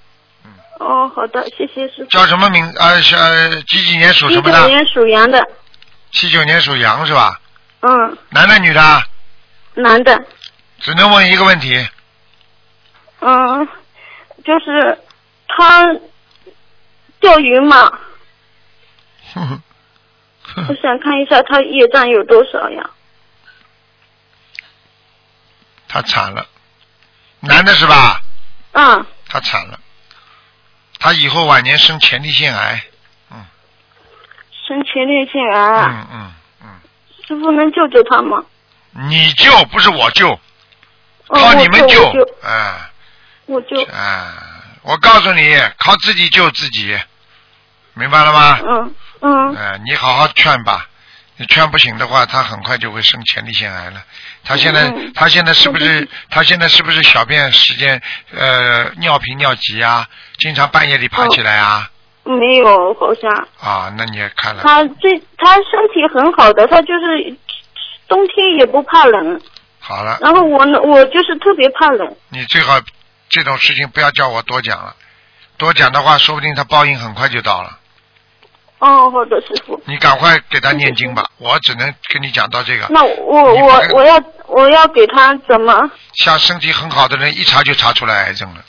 [SPEAKER 4] 哦，好的，谢谢师傅。
[SPEAKER 1] 叫什么名？呃，是呃几几年属
[SPEAKER 4] 七
[SPEAKER 1] 什么
[SPEAKER 4] 九
[SPEAKER 1] 的？
[SPEAKER 4] 年属羊的，
[SPEAKER 1] 七九年属羊是吧？
[SPEAKER 4] 嗯，
[SPEAKER 1] 男的女的啊？
[SPEAKER 4] 男的，
[SPEAKER 1] 只能问一个问题，
[SPEAKER 4] 嗯，就是他钓鱼嘛，
[SPEAKER 1] 哼
[SPEAKER 4] 我
[SPEAKER 1] 哼
[SPEAKER 4] 想看一下他业障有多少呀？
[SPEAKER 1] 他惨了，男的是吧？
[SPEAKER 4] 嗯，
[SPEAKER 1] 他惨了，他以后晚年生前列腺癌。
[SPEAKER 4] 生前列腺癌啊，
[SPEAKER 1] 嗯嗯嗯，
[SPEAKER 4] 师傅能救救他吗？
[SPEAKER 1] 你救不是我救，
[SPEAKER 4] 哦，
[SPEAKER 1] 靠
[SPEAKER 4] 我
[SPEAKER 1] 你们
[SPEAKER 4] 救，我
[SPEAKER 1] 救
[SPEAKER 4] 救，，
[SPEAKER 1] 啊
[SPEAKER 4] 我救，
[SPEAKER 1] 啊！我告诉你，靠自己救自己，明白了吗？
[SPEAKER 4] 嗯嗯，
[SPEAKER 1] 哎，你好好劝吧。你劝不醒的话，他很快就会生前列腺癌了。他现在，
[SPEAKER 4] 嗯
[SPEAKER 1] 他现在是不是，他现在是不是小便时间，呃，尿频尿急啊？经常半夜里爬起来啊？
[SPEAKER 4] 没有，好像。
[SPEAKER 1] 啊，那你也看了，
[SPEAKER 4] 他最他身体很好的，他就是冬天也不怕冷。
[SPEAKER 1] 好了，
[SPEAKER 4] 然后我呢，我就是特别怕冷。
[SPEAKER 1] 你最好这种事情不要叫我多讲了，多讲的话，说不定他报应很快就到了。
[SPEAKER 4] 哦，好的，师傅。
[SPEAKER 1] 你赶快给他念经吧，我只能跟你讲到这个。
[SPEAKER 4] 那我
[SPEAKER 1] 你
[SPEAKER 4] 我
[SPEAKER 1] 把
[SPEAKER 4] 我要我要给他怎么？
[SPEAKER 1] 像身体很好的人，一查就查出来癌症了，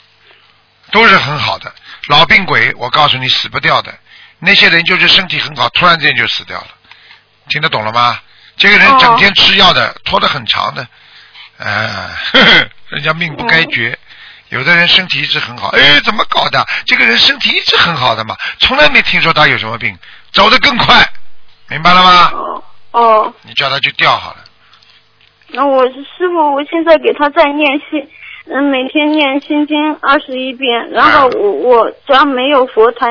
[SPEAKER 1] 都是很好的。老病鬼，我告诉你死不掉的。那些人就是身体很好，突然间就死掉了，听得懂了吗？这个人
[SPEAKER 4] 哦
[SPEAKER 1] 啊
[SPEAKER 4] 嗯
[SPEAKER 1] 整天吃药的，拖得很长的，哎、呵呵，人家命不该绝，有的人身体一直很好，哎，怎么搞的？这个人身体一直很好的嘛，从来没听说他有什么病，走得更快，明白了吗？
[SPEAKER 4] 哦哦，
[SPEAKER 1] 你叫他去掉好了。
[SPEAKER 4] 那我师傅，我现在给他在念心，嗯，每天念心经二十一遍，然后我我只要没有佛台，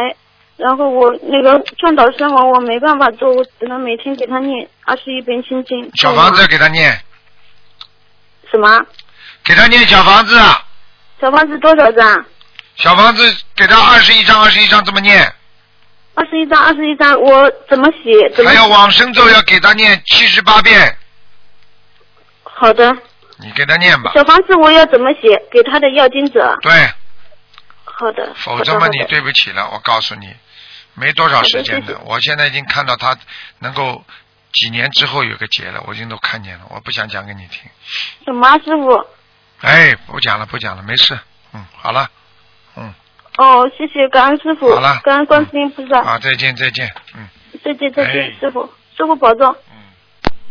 [SPEAKER 4] 然后我那个劝导生活我没办法做，我只能每天给他念二十一遍心经。
[SPEAKER 1] 小房子给他念，
[SPEAKER 4] 什么？
[SPEAKER 1] 给他念小房子，啊，
[SPEAKER 4] 小房子多少张？
[SPEAKER 1] 小房子给他二十一张，二十一张这么念，
[SPEAKER 4] 二十一张，二十一张，我怎么写？怎么
[SPEAKER 1] 还？有往生咒要给他念七十八遍，
[SPEAKER 4] 好
[SPEAKER 1] 啊
[SPEAKER 4] 的，
[SPEAKER 1] 你给他念吧。
[SPEAKER 4] 小房子我要怎么写？给他的要经者。
[SPEAKER 1] 对，
[SPEAKER 4] 好的。
[SPEAKER 1] 否则嘛，
[SPEAKER 4] 好的
[SPEAKER 1] 你对不起了，我告诉你，没多少时间
[SPEAKER 4] 好的
[SPEAKER 1] 的
[SPEAKER 4] 谢。
[SPEAKER 1] 我现在已经看到他能够几年之后有个结了，我已经都看见了，我不想讲给你听。
[SPEAKER 4] 什么啊师傅？
[SPEAKER 1] 哎，不讲了，不讲了，没事，嗯，好了，嗯，
[SPEAKER 4] 哦，谢谢，感恩师傅
[SPEAKER 1] 好了，
[SPEAKER 4] 感恩观世音菩萨，
[SPEAKER 1] 啊，再见，再见，嗯
[SPEAKER 4] 再见再见
[SPEAKER 1] 哎，
[SPEAKER 4] 师傅，师傅保重。
[SPEAKER 1] 嗯，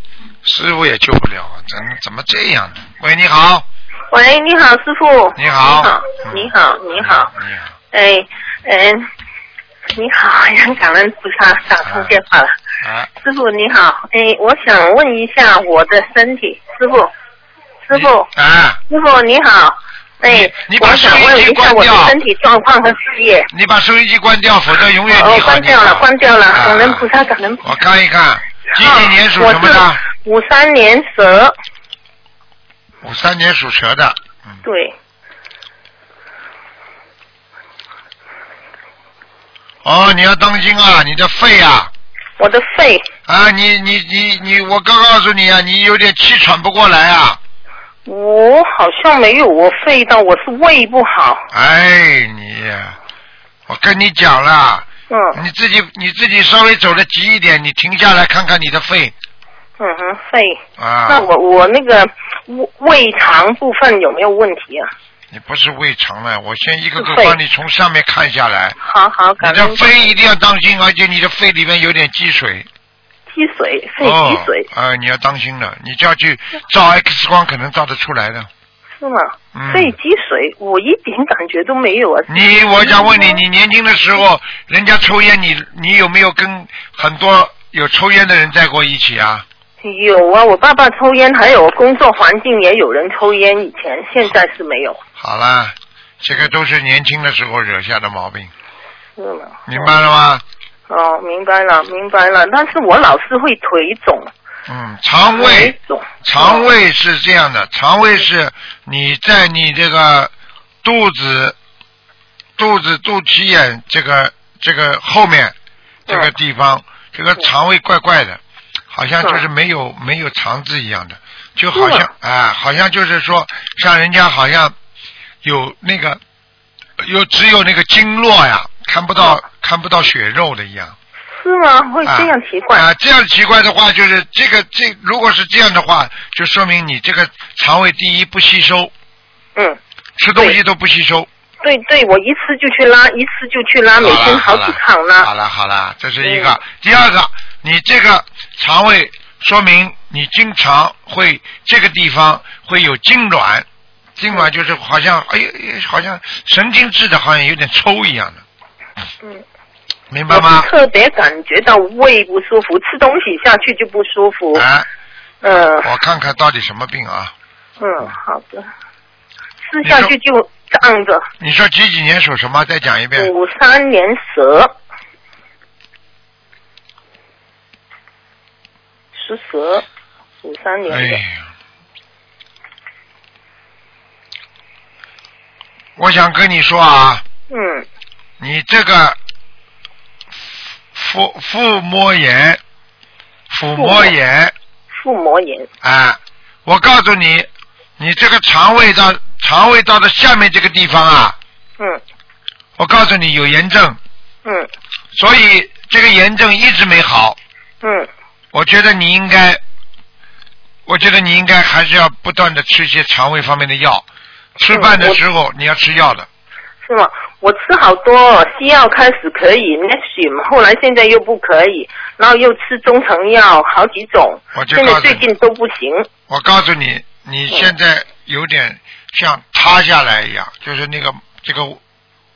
[SPEAKER 1] 师傅也救不了啊，怎怎么这样呢？喂，你好，
[SPEAKER 2] 喂，你好，师傅。
[SPEAKER 1] 你好
[SPEAKER 2] 你好，你好，你好。
[SPEAKER 1] 你好，
[SPEAKER 2] 哎，嗯，你好，很感恩菩萨打通电话了。
[SPEAKER 1] 啊，
[SPEAKER 2] 师傅你好，哎，我想问一下我的身体，师傅，师傅，
[SPEAKER 1] 你啊，
[SPEAKER 2] 师傅你好，哎，
[SPEAKER 1] 你你
[SPEAKER 2] 我
[SPEAKER 1] 把
[SPEAKER 2] 想
[SPEAKER 1] 收音
[SPEAKER 2] 问
[SPEAKER 1] 机
[SPEAKER 2] 一下
[SPEAKER 1] 关
[SPEAKER 2] 我
[SPEAKER 1] 掉
[SPEAKER 2] 的身体状况和事业。
[SPEAKER 1] 你把收音机关掉，否则永远
[SPEAKER 2] 哦
[SPEAKER 1] 你，好
[SPEAKER 2] 关
[SPEAKER 1] 你
[SPEAKER 2] 掉了，
[SPEAKER 1] 好
[SPEAKER 2] 关掉了，
[SPEAKER 1] 啊
[SPEAKER 2] 感恩菩萨，感恩菩萨。
[SPEAKER 1] 我看一看，几几年属什么
[SPEAKER 2] 啊我
[SPEAKER 1] 的
[SPEAKER 2] 是？五三年蛇，
[SPEAKER 1] 五三年属蛇的，嗯，
[SPEAKER 2] 对，
[SPEAKER 1] 哦，你要当心啊，你的肺啊，
[SPEAKER 2] 我的肺，
[SPEAKER 1] 啊，你你你你，我刚告诉你啊，你有点气喘不过来啊，
[SPEAKER 2] 我好像没有，我肺到我是胃不好。
[SPEAKER 1] 哎，你，我跟你讲了，
[SPEAKER 2] 嗯
[SPEAKER 1] 你自己你自己稍微走的急一点，你停下来看看你的肺
[SPEAKER 2] 嗯哼，肺。
[SPEAKER 1] 啊，
[SPEAKER 2] 那我我那个胃胃肠部分有没有问题啊？
[SPEAKER 1] 你不是胃肠了，我先一个个
[SPEAKER 2] 是肺
[SPEAKER 1] 帮你从上面看下来，
[SPEAKER 2] 好好，
[SPEAKER 1] 你
[SPEAKER 2] 感
[SPEAKER 1] 的
[SPEAKER 2] 恩
[SPEAKER 1] 肺一定要当心，而且你的肺里面有点积水，
[SPEAKER 2] 积水，肺
[SPEAKER 1] 哦
[SPEAKER 2] 积水、，
[SPEAKER 1] 啊、你要当心了，你就要去照 X 光，可能照得出来的。
[SPEAKER 2] 是吗？
[SPEAKER 1] 嗯
[SPEAKER 2] 肺积水，我一点感觉都没有啊。
[SPEAKER 1] 你，我想问你，你年轻的时候，人家抽烟，你你有没有跟很多有抽烟的人在过一起啊？
[SPEAKER 2] 有啊，我爸爸抽烟，还有工作环境也有人抽烟，以前现在是没有，
[SPEAKER 1] 好啦，这个都是年轻的时候惹下的毛病，
[SPEAKER 2] 是吗？
[SPEAKER 1] 明白了吗？
[SPEAKER 2] 哦，明白了，明白了。但是我老是会腿肿，
[SPEAKER 1] 嗯，肠
[SPEAKER 2] 腿
[SPEAKER 1] 胃，
[SPEAKER 2] 肿，
[SPEAKER 1] 肠胃是这样的，肠胃是你在你这个肚子、肚子、肚脐眼这个这个后面这个地方，这个肠胃怪怪的，好像就是没有没有肠子一样的，就好像啊，好像就是说像人家好像有那个有只有那个经络呀，看不到看不到血肉的一样。
[SPEAKER 2] 是吗？会这样奇怪？
[SPEAKER 1] 啊。啊，这样奇怪的话，就是这个这如果是这样的话，就说明你这个肠胃第一不吸收，
[SPEAKER 2] 嗯。
[SPEAKER 1] 吃东西都不吸收。
[SPEAKER 2] 对对，我一次就去拉，一次就去拉，每天
[SPEAKER 1] 好
[SPEAKER 2] 好
[SPEAKER 1] 了
[SPEAKER 2] 几场
[SPEAKER 1] 好
[SPEAKER 2] 拉。
[SPEAKER 1] 了好了，这是一个。第二个，你这个肠胃说明你经常会这个地方会有痉挛，痉挛就是好像哎呀，哎好像神经质的，好像有点抽一样的。
[SPEAKER 2] 嗯。
[SPEAKER 1] 明
[SPEAKER 2] 我
[SPEAKER 1] 白吗
[SPEAKER 2] 是？特别感觉到胃不舒服，吃东西下去就不舒服。
[SPEAKER 1] 啊，
[SPEAKER 2] 嗯
[SPEAKER 1] 我看看到底什么病啊？
[SPEAKER 2] 嗯，好的。吃下去
[SPEAKER 1] 你
[SPEAKER 2] 就胀着。
[SPEAKER 1] 你说几几年属什么？再讲一遍。
[SPEAKER 2] 五三年蛇，是蛇，五三年
[SPEAKER 1] 哎
[SPEAKER 2] 的。
[SPEAKER 1] 呀，我想跟你说啊，
[SPEAKER 2] 嗯
[SPEAKER 1] 你这个腹腹膜炎、腹膜炎，
[SPEAKER 2] 腹膜炎。
[SPEAKER 1] 啊，我告诉你，你这个肠胃道、肠胃道的下面这个地方啊，
[SPEAKER 2] 嗯
[SPEAKER 1] 我告诉你有炎症，
[SPEAKER 2] 嗯
[SPEAKER 1] 所以这个炎症一直没好。
[SPEAKER 2] 嗯
[SPEAKER 1] 我觉得你应该，我觉得你应该还是要不断的吃一些肠胃方面的药。吃饭的时候你要吃药
[SPEAKER 2] 嗯
[SPEAKER 1] 的，
[SPEAKER 2] 是吗？我吃好多西药，开始可以 Nexium，后来现在又不可以，然后又吃中成药好几种，
[SPEAKER 1] 我就
[SPEAKER 2] 现在
[SPEAKER 1] 告诉
[SPEAKER 2] 最
[SPEAKER 1] 你
[SPEAKER 2] 近都不行。
[SPEAKER 1] 我告诉你，你现在有点像痰塌下来一样，就是那个这个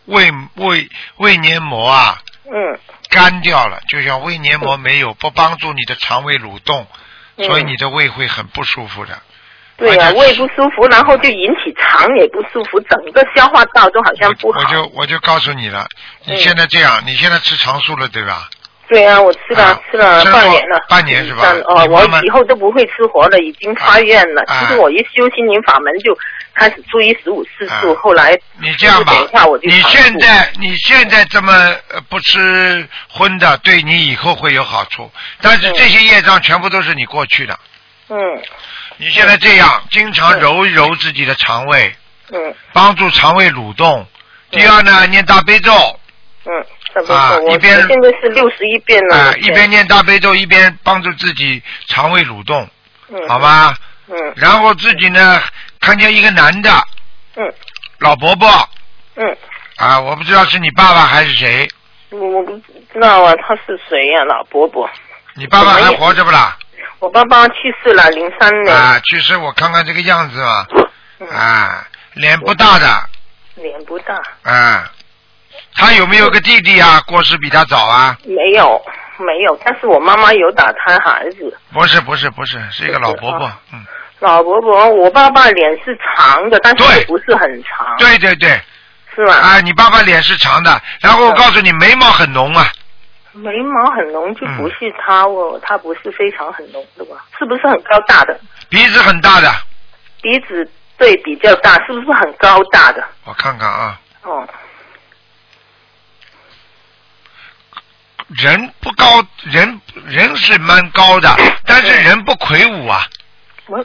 [SPEAKER 1] 胃胃胃黏膜啊
[SPEAKER 2] 嗯
[SPEAKER 1] 干掉了，就像胃黏膜没有，不帮助你的肠胃蠕动，
[SPEAKER 2] 嗯
[SPEAKER 1] 所以你的胃会很不舒服的。
[SPEAKER 2] 对呀、
[SPEAKER 1] 而且
[SPEAKER 2] 胃不舒服，然后就引起肠也不舒服，整个消化道都好像不
[SPEAKER 1] 我
[SPEAKER 2] 好
[SPEAKER 1] 我。就我就告诉你了，你
[SPEAKER 2] 嗯
[SPEAKER 1] 现在这样，你现在吃长素了对吧？
[SPEAKER 2] 对呀、我吃了、
[SPEAKER 1] 啊
[SPEAKER 2] 吃了
[SPEAKER 1] 吃了
[SPEAKER 2] 半年了，
[SPEAKER 1] 半年是吧
[SPEAKER 2] 但哦
[SPEAKER 1] 你，
[SPEAKER 2] 我
[SPEAKER 1] 慢慢
[SPEAKER 2] 以后都不会吃活的，已经发愿了。
[SPEAKER 1] 啊
[SPEAKER 2] 其实我一修心灵法门就开始注意食五吃素，
[SPEAKER 1] 啊
[SPEAKER 2] 后来
[SPEAKER 1] 你这样吧
[SPEAKER 2] 就是等一下我，就
[SPEAKER 1] 你
[SPEAKER 2] 尝试
[SPEAKER 1] 现在你现在这么呃不吃荤的，对你以后会有好处。但是
[SPEAKER 2] 嗯
[SPEAKER 1] 这些业障全部都是你过去的。
[SPEAKER 2] 嗯
[SPEAKER 1] 你现在这样，经常揉一揉自己的肠胃，
[SPEAKER 2] 嗯
[SPEAKER 1] 帮助肠胃蠕动。
[SPEAKER 2] 嗯
[SPEAKER 1] 第二呢，念大悲咒
[SPEAKER 2] 嗯，差不多。
[SPEAKER 1] 啊
[SPEAKER 2] 我
[SPEAKER 1] 一边
[SPEAKER 2] 我现在是六十一遍了，
[SPEAKER 1] 啊，
[SPEAKER 2] 我
[SPEAKER 1] 一边念大悲咒，一边帮助自己肠胃蠕动，
[SPEAKER 2] 嗯
[SPEAKER 1] 好？吧？
[SPEAKER 2] 嗯
[SPEAKER 1] 然后自己呢，看见一个男的
[SPEAKER 2] 嗯
[SPEAKER 1] 老伯伯
[SPEAKER 2] 嗯，
[SPEAKER 1] 啊，我不知道是你爸爸还是谁，
[SPEAKER 2] 我我不知道啊，他是谁呀、老伯伯，
[SPEAKER 1] 你爸爸
[SPEAKER 2] 我没
[SPEAKER 1] 还
[SPEAKER 2] 有
[SPEAKER 1] 活着不啦？
[SPEAKER 2] 我爸爸去世了，零三年，
[SPEAKER 1] 啊，去世我看看这个样子嘛，
[SPEAKER 2] 嗯
[SPEAKER 1] 啊，脸不大的，
[SPEAKER 2] 脸不大，
[SPEAKER 1] 啊，他有没有个弟弟啊？过世比他早啊？
[SPEAKER 2] 没有没有，但是我妈妈有打胎孩子。
[SPEAKER 1] 不是不是不是，是一个老伯
[SPEAKER 2] 不是
[SPEAKER 1] 伯
[SPEAKER 2] 啊，
[SPEAKER 1] 嗯，
[SPEAKER 2] 老伯伯，我爸爸脸是长的，但
[SPEAKER 1] 对
[SPEAKER 2] 是不是很长，
[SPEAKER 1] 对对对，
[SPEAKER 2] 是吧？
[SPEAKER 1] 啊，你爸爸脸是长的，然后我告诉你眉毛很浓啊，
[SPEAKER 2] 眉毛很浓
[SPEAKER 1] 嗯
[SPEAKER 2] 就不是他哦，他不是非常很浓的吧？是不是很高大的？
[SPEAKER 1] 鼻子很大的，
[SPEAKER 2] 鼻子对比较大，是不是很高大的？
[SPEAKER 1] 我看看啊，
[SPEAKER 2] 哦，
[SPEAKER 1] 人不高，人人是蛮高的，但
[SPEAKER 2] 嗯
[SPEAKER 1] 是人不魁梧啊，
[SPEAKER 2] 我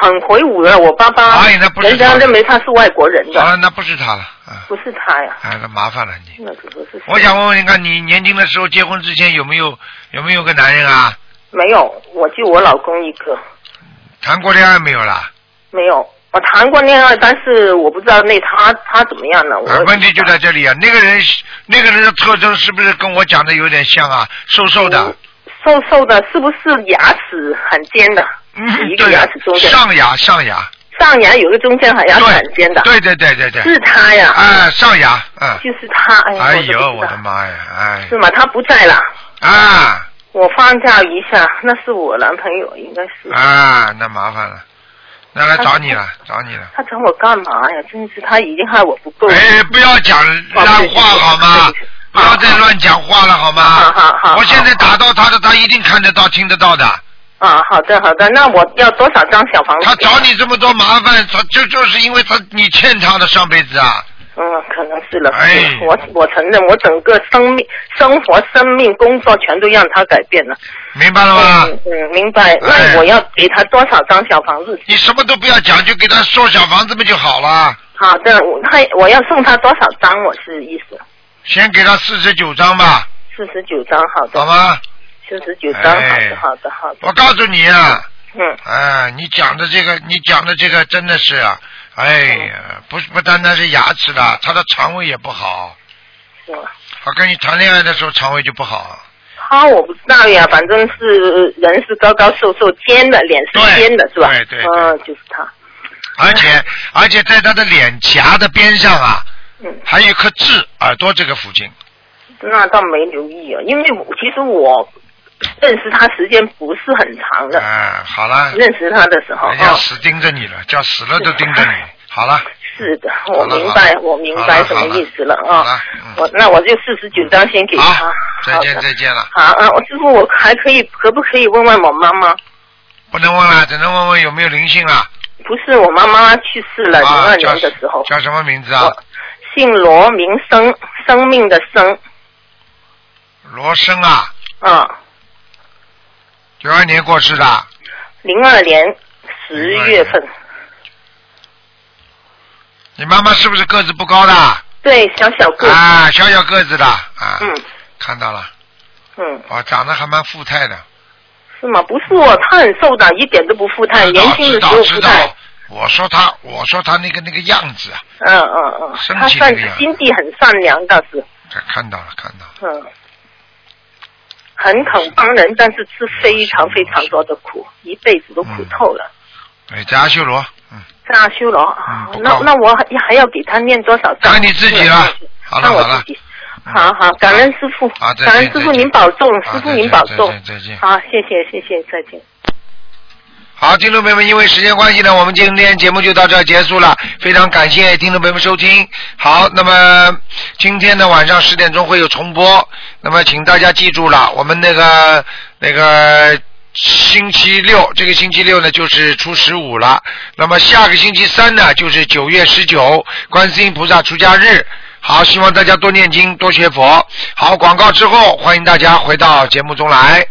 [SPEAKER 2] 很魁梧的，我爸爸，
[SPEAKER 1] 哎那不是
[SPEAKER 2] 人家
[SPEAKER 1] 他
[SPEAKER 2] 认为他是外国人的，
[SPEAKER 1] 啊，那不是他了，啊，
[SPEAKER 2] 不是他呀。
[SPEAKER 1] 啊，那麻烦了你。
[SPEAKER 2] 那个不是谁
[SPEAKER 1] 我想问问你看，你年轻的时候结婚之前有没有有没有个男人啊？
[SPEAKER 2] 没有，我就我老公一个，
[SPEAKER 1] 谈过恋爱没有啦？
[SPEAKER 2] 没有。我谈过恋爱，但是我不知道那他他怎么样了。我
[SPEAKER 1] 啊，问题就在这里啊！那个人，那个人的特征是不是跟我讲的有点像啊？瘦瘦的，
[SPEAKER 2] 瘦瘦的，是不是牙齿很尖的？
[SPEAKER 1] 嗯，
[SPEAKER 2] 一个
[SPEAKER 1] 对
[SPEAKER 2] 牙
[SPEAKER 1] 啊
[SPEAKER 2] 齿中，间，
[SPEAKER 1] 上牙上牙，
[SPEAKER 2] 上牙有个中间还牙齿很尖的，
[SPEAKER 1] 对对对对对，
[SPEAKER 2] 是他呀，
[SPEAKER 1] 哎，上牙，嗯，
[SPEAKER 2] 就是他。哎呀，
[SPEAKER 1] 哎
[SPEAKER 2] 我
[SPEAKER 1] 呦，
[SPEAKER 2] 都不
[SPEAKER 1] 我
[SPEAKER 2] 知道
[SPEAKER 1] 的妈呀，哎
[SPEAKER 2] 是，吗？他不在了，
[SPEAKER 1] 啊
[SPEAKER 2] 我放假一下，那是我男朋友，应该是。
[SPEAKER 1] 啊，那麻烦了，那来找你
[SPEAKER 2] 啊
[SPEAKER 1] 了，找你了。
[SPEAKER 2] 他找我干嘛呀？真是他已经害我不够。
[SPEAKER 1] 哎，不要讲烂话好
[SPEAKER 2] 哦
[SPEAKER 1] 吗？不要再乱讲话了好吗？
[SPEAKER 2] 好好好
[SPEAKER 1] 我现在打到他的，他一定看得到、听得到的。
[SPEAKER 2] 啊，好的好的，那我要多少张小房子？
[SPEAKER 1] 他找你这么多麻烦，他就就是因为他你欠他的上辈子啊。
[SPEAKER 2] 嗯，可能是了。
[SPEAKER 1] 哎
[SPEAKER 2] 是我我承认，我整个生命、生活、生命、工作全都让他改变了。
[SPEAKER 1] 明白了吗？
[SPEAKER 2] 嗯嗯，明白。
[SPEAKER 1] 哎
[SPEAKER 2] 那我要给他多少张小房子？
[SPEAKER 1] 你什么都不要讲，就给他送小房子不就好了？
[SPEAKER 2] 好的，我他我要送他多少张？我是意思
[SPEAKER 1] 先给他四十九张吧，
[SPEAKER 2] 四十九张，好
[SPEAKER 1] 好
[SPEAKER 2] 的，
[SPEAKER 1] 吗？
[SPEAKER 2] 四十九张，好
[SPEAKER 1] 哎
[SPEAKER 2] 的，好的，好的，
[SPEAKER 1] 我告诉你啊，
[SPEAKER 2] 嗯
[SPEAKER 1] 啊，你讲的这个，你讲的这个真的是啊，哎呀，不是不单单是牙齿的，他的肠胃也不好。
[SPEAKER 2] 是吗？
[SPEAKER 1] 我跟你谈恋爱的时候肠胃就不好，
[SPEAKER 2] 他我不知道呀，反正是人是高高瘦瘦，尖的，脸是
[SPEAKER 1] 对
[SPEAKER 2] 尖的，是吧？
[SPEAKER 1] 对对对
[SPEAKER 2] 嗯，就是他，
[SPEAKER 1] 而且而且在他的脸颊的边上啊，
[SPEAKER 2] 嗯，
[SPEAKER 1] 还有一颗痣，耳朵这个附近。
[SPEAKER 2] 那倒没留意啊，因为我其实我认识他时间不是很长的，
[SPEAKER 1] 啊，哎好了，
[SPEAKER 2] 认识他的时候
[SPEAKER 1] 人家
[SPEAKER 2] 哦，
[SPEAKER 1] 死盯着你了，叫死了都盯着你。好了，
[SPEAKER 2] 是的，
[SPEAKER 1] 好
[SPEAKER 2] 我
[SPEAKER 1] 了
[SPEAKER 2] 明
[SPEAKER 1] 好
[SPEAKER 2] 白
[SPEAKER 1] 了，
[SPEAKER 2] 我明白什么意思了
[SPEAKER 1] 好
[SPEAKER 2] 啊
[SPEAKER 1] 了嗯。
[SPEAKER 2] 我那我就四十九张先给他，
[SPEAKER 1] 好，再
[SPEAKER 2] 嗯好
[SPEAKER 1] 见
[SPEAKER 2] 的
[SPEAKER 1] 再见了，
[SPEAKER 2] 好啊，我师傅，我还可以可不可以问问我妈妈？
[SPEAKER 1] 不能问了，只能问问有没有灵性啊？
[SPEAKER 2] 不是我妈妈去世了，零二
[SPEAKER 1] 啊，叫
[SPEAKER 2] 年的时候，
[SPEAKER 1] 叫什么名字啊
[SPEAKER 2] 我？姓罗，名生，生命的生，
[SPEAKER 1] 罗生啊，
[SPEAKER 2] 啊，
[SPEAKER 1] 九二年过世的，
[SPEAKER 2] 零二年十月份，
[SPEAKER 1] 你妈妈是不是个子不高的？
[SPEAKER 2] 对，小小个，
[SPEAKER 1] 啊，小小个子的啊，
[SPEAKER 2] 嗯
[SPEAKER 1] 看到了，
[SPEAKER 2] 嗯，
[SPEAKER 1] 哦，长得还蛮富态的，
[SPEAKER 2] 是吗？不是哦，她很瘦的，一点都不富态，
[SPEAKER 1] 知
[SPEAKER 2] 哎年
[SPEAKER 1] 道知
[SPEAKER 2] 轻的时
[SPEAKER 1] 道知
[SPEAKER 2] 候富
[SPEAKER 1] 道
[SPEAKER 2] 态，。
[SPEAKER 1] 我说他，我说他那个那个样子啊，
[SPEAKER 2] 嗯嗯嗯，
[SPEAKER 1] 生
[SPEAKER 2] 她
[SPEAKER 1] 气
[SPEAKER 2] 算
[SPEAKER 1] 那个
[SPEAKER 2] 是
[SPEAKER 1] 样
[SPEAKER 2] 心地很善良倒是，
[SPEAKER 1] 这看到了看到了，
[SPEAKER 2] 嗯，很肯帮人，但是吃非常非常多的苦，一辈子都苦透了。
[SPEAKER 1] 哎，在阿修罗，嗯，
[SPEAKER 2] 在阿修罗。
[SPEAKER 1] 嗯不
[SPEAKER 2] 那
[SPEAKER 1] 够
[SPEAKER 2] 那我还还要给他念多少章？
[SPEAKER 1] 看你自己了。好了
[SPEAKER 2] 看我
[SPEAKER 1] 好了嗯
[SPEAKER 2] 自己。好好，感恩师傅，
[SPEAKER 1] 好再见
[SPEAKER 2] 感恩师傅
[SPEAKER 1] 再见
[SPEAKER 2] 您保重，
[SPEAKER 1] 好
[SPEAKER 2] 师傅
[SPEAKER 1] 再
[SPEAKER 2] 您
[SPEAKER 1] 见
[SPEAKER 2] 保
[SPEAKER 1] 再
[SPEAKER 2] 重
[SPEAKER 1] 见再见。
[SPEAKER 2] 好，谢谢谢谢，再见。
[SPEAKER 1] 好，听众朋友们，因为时间关系呢，我们今天节目就到这儿结束了。非常感谢听众朋友们收听。好，那么今天的晚上十点钟会有重播，那么请大家记住了，我们那个那个星期六，这个星期六呢就是初十五了，那么下个星期三呢就是九月十九，观世音菩萨出家日。好，希望大家多念经，多学佛。好，广告之后，欢迎大家回到节目中来。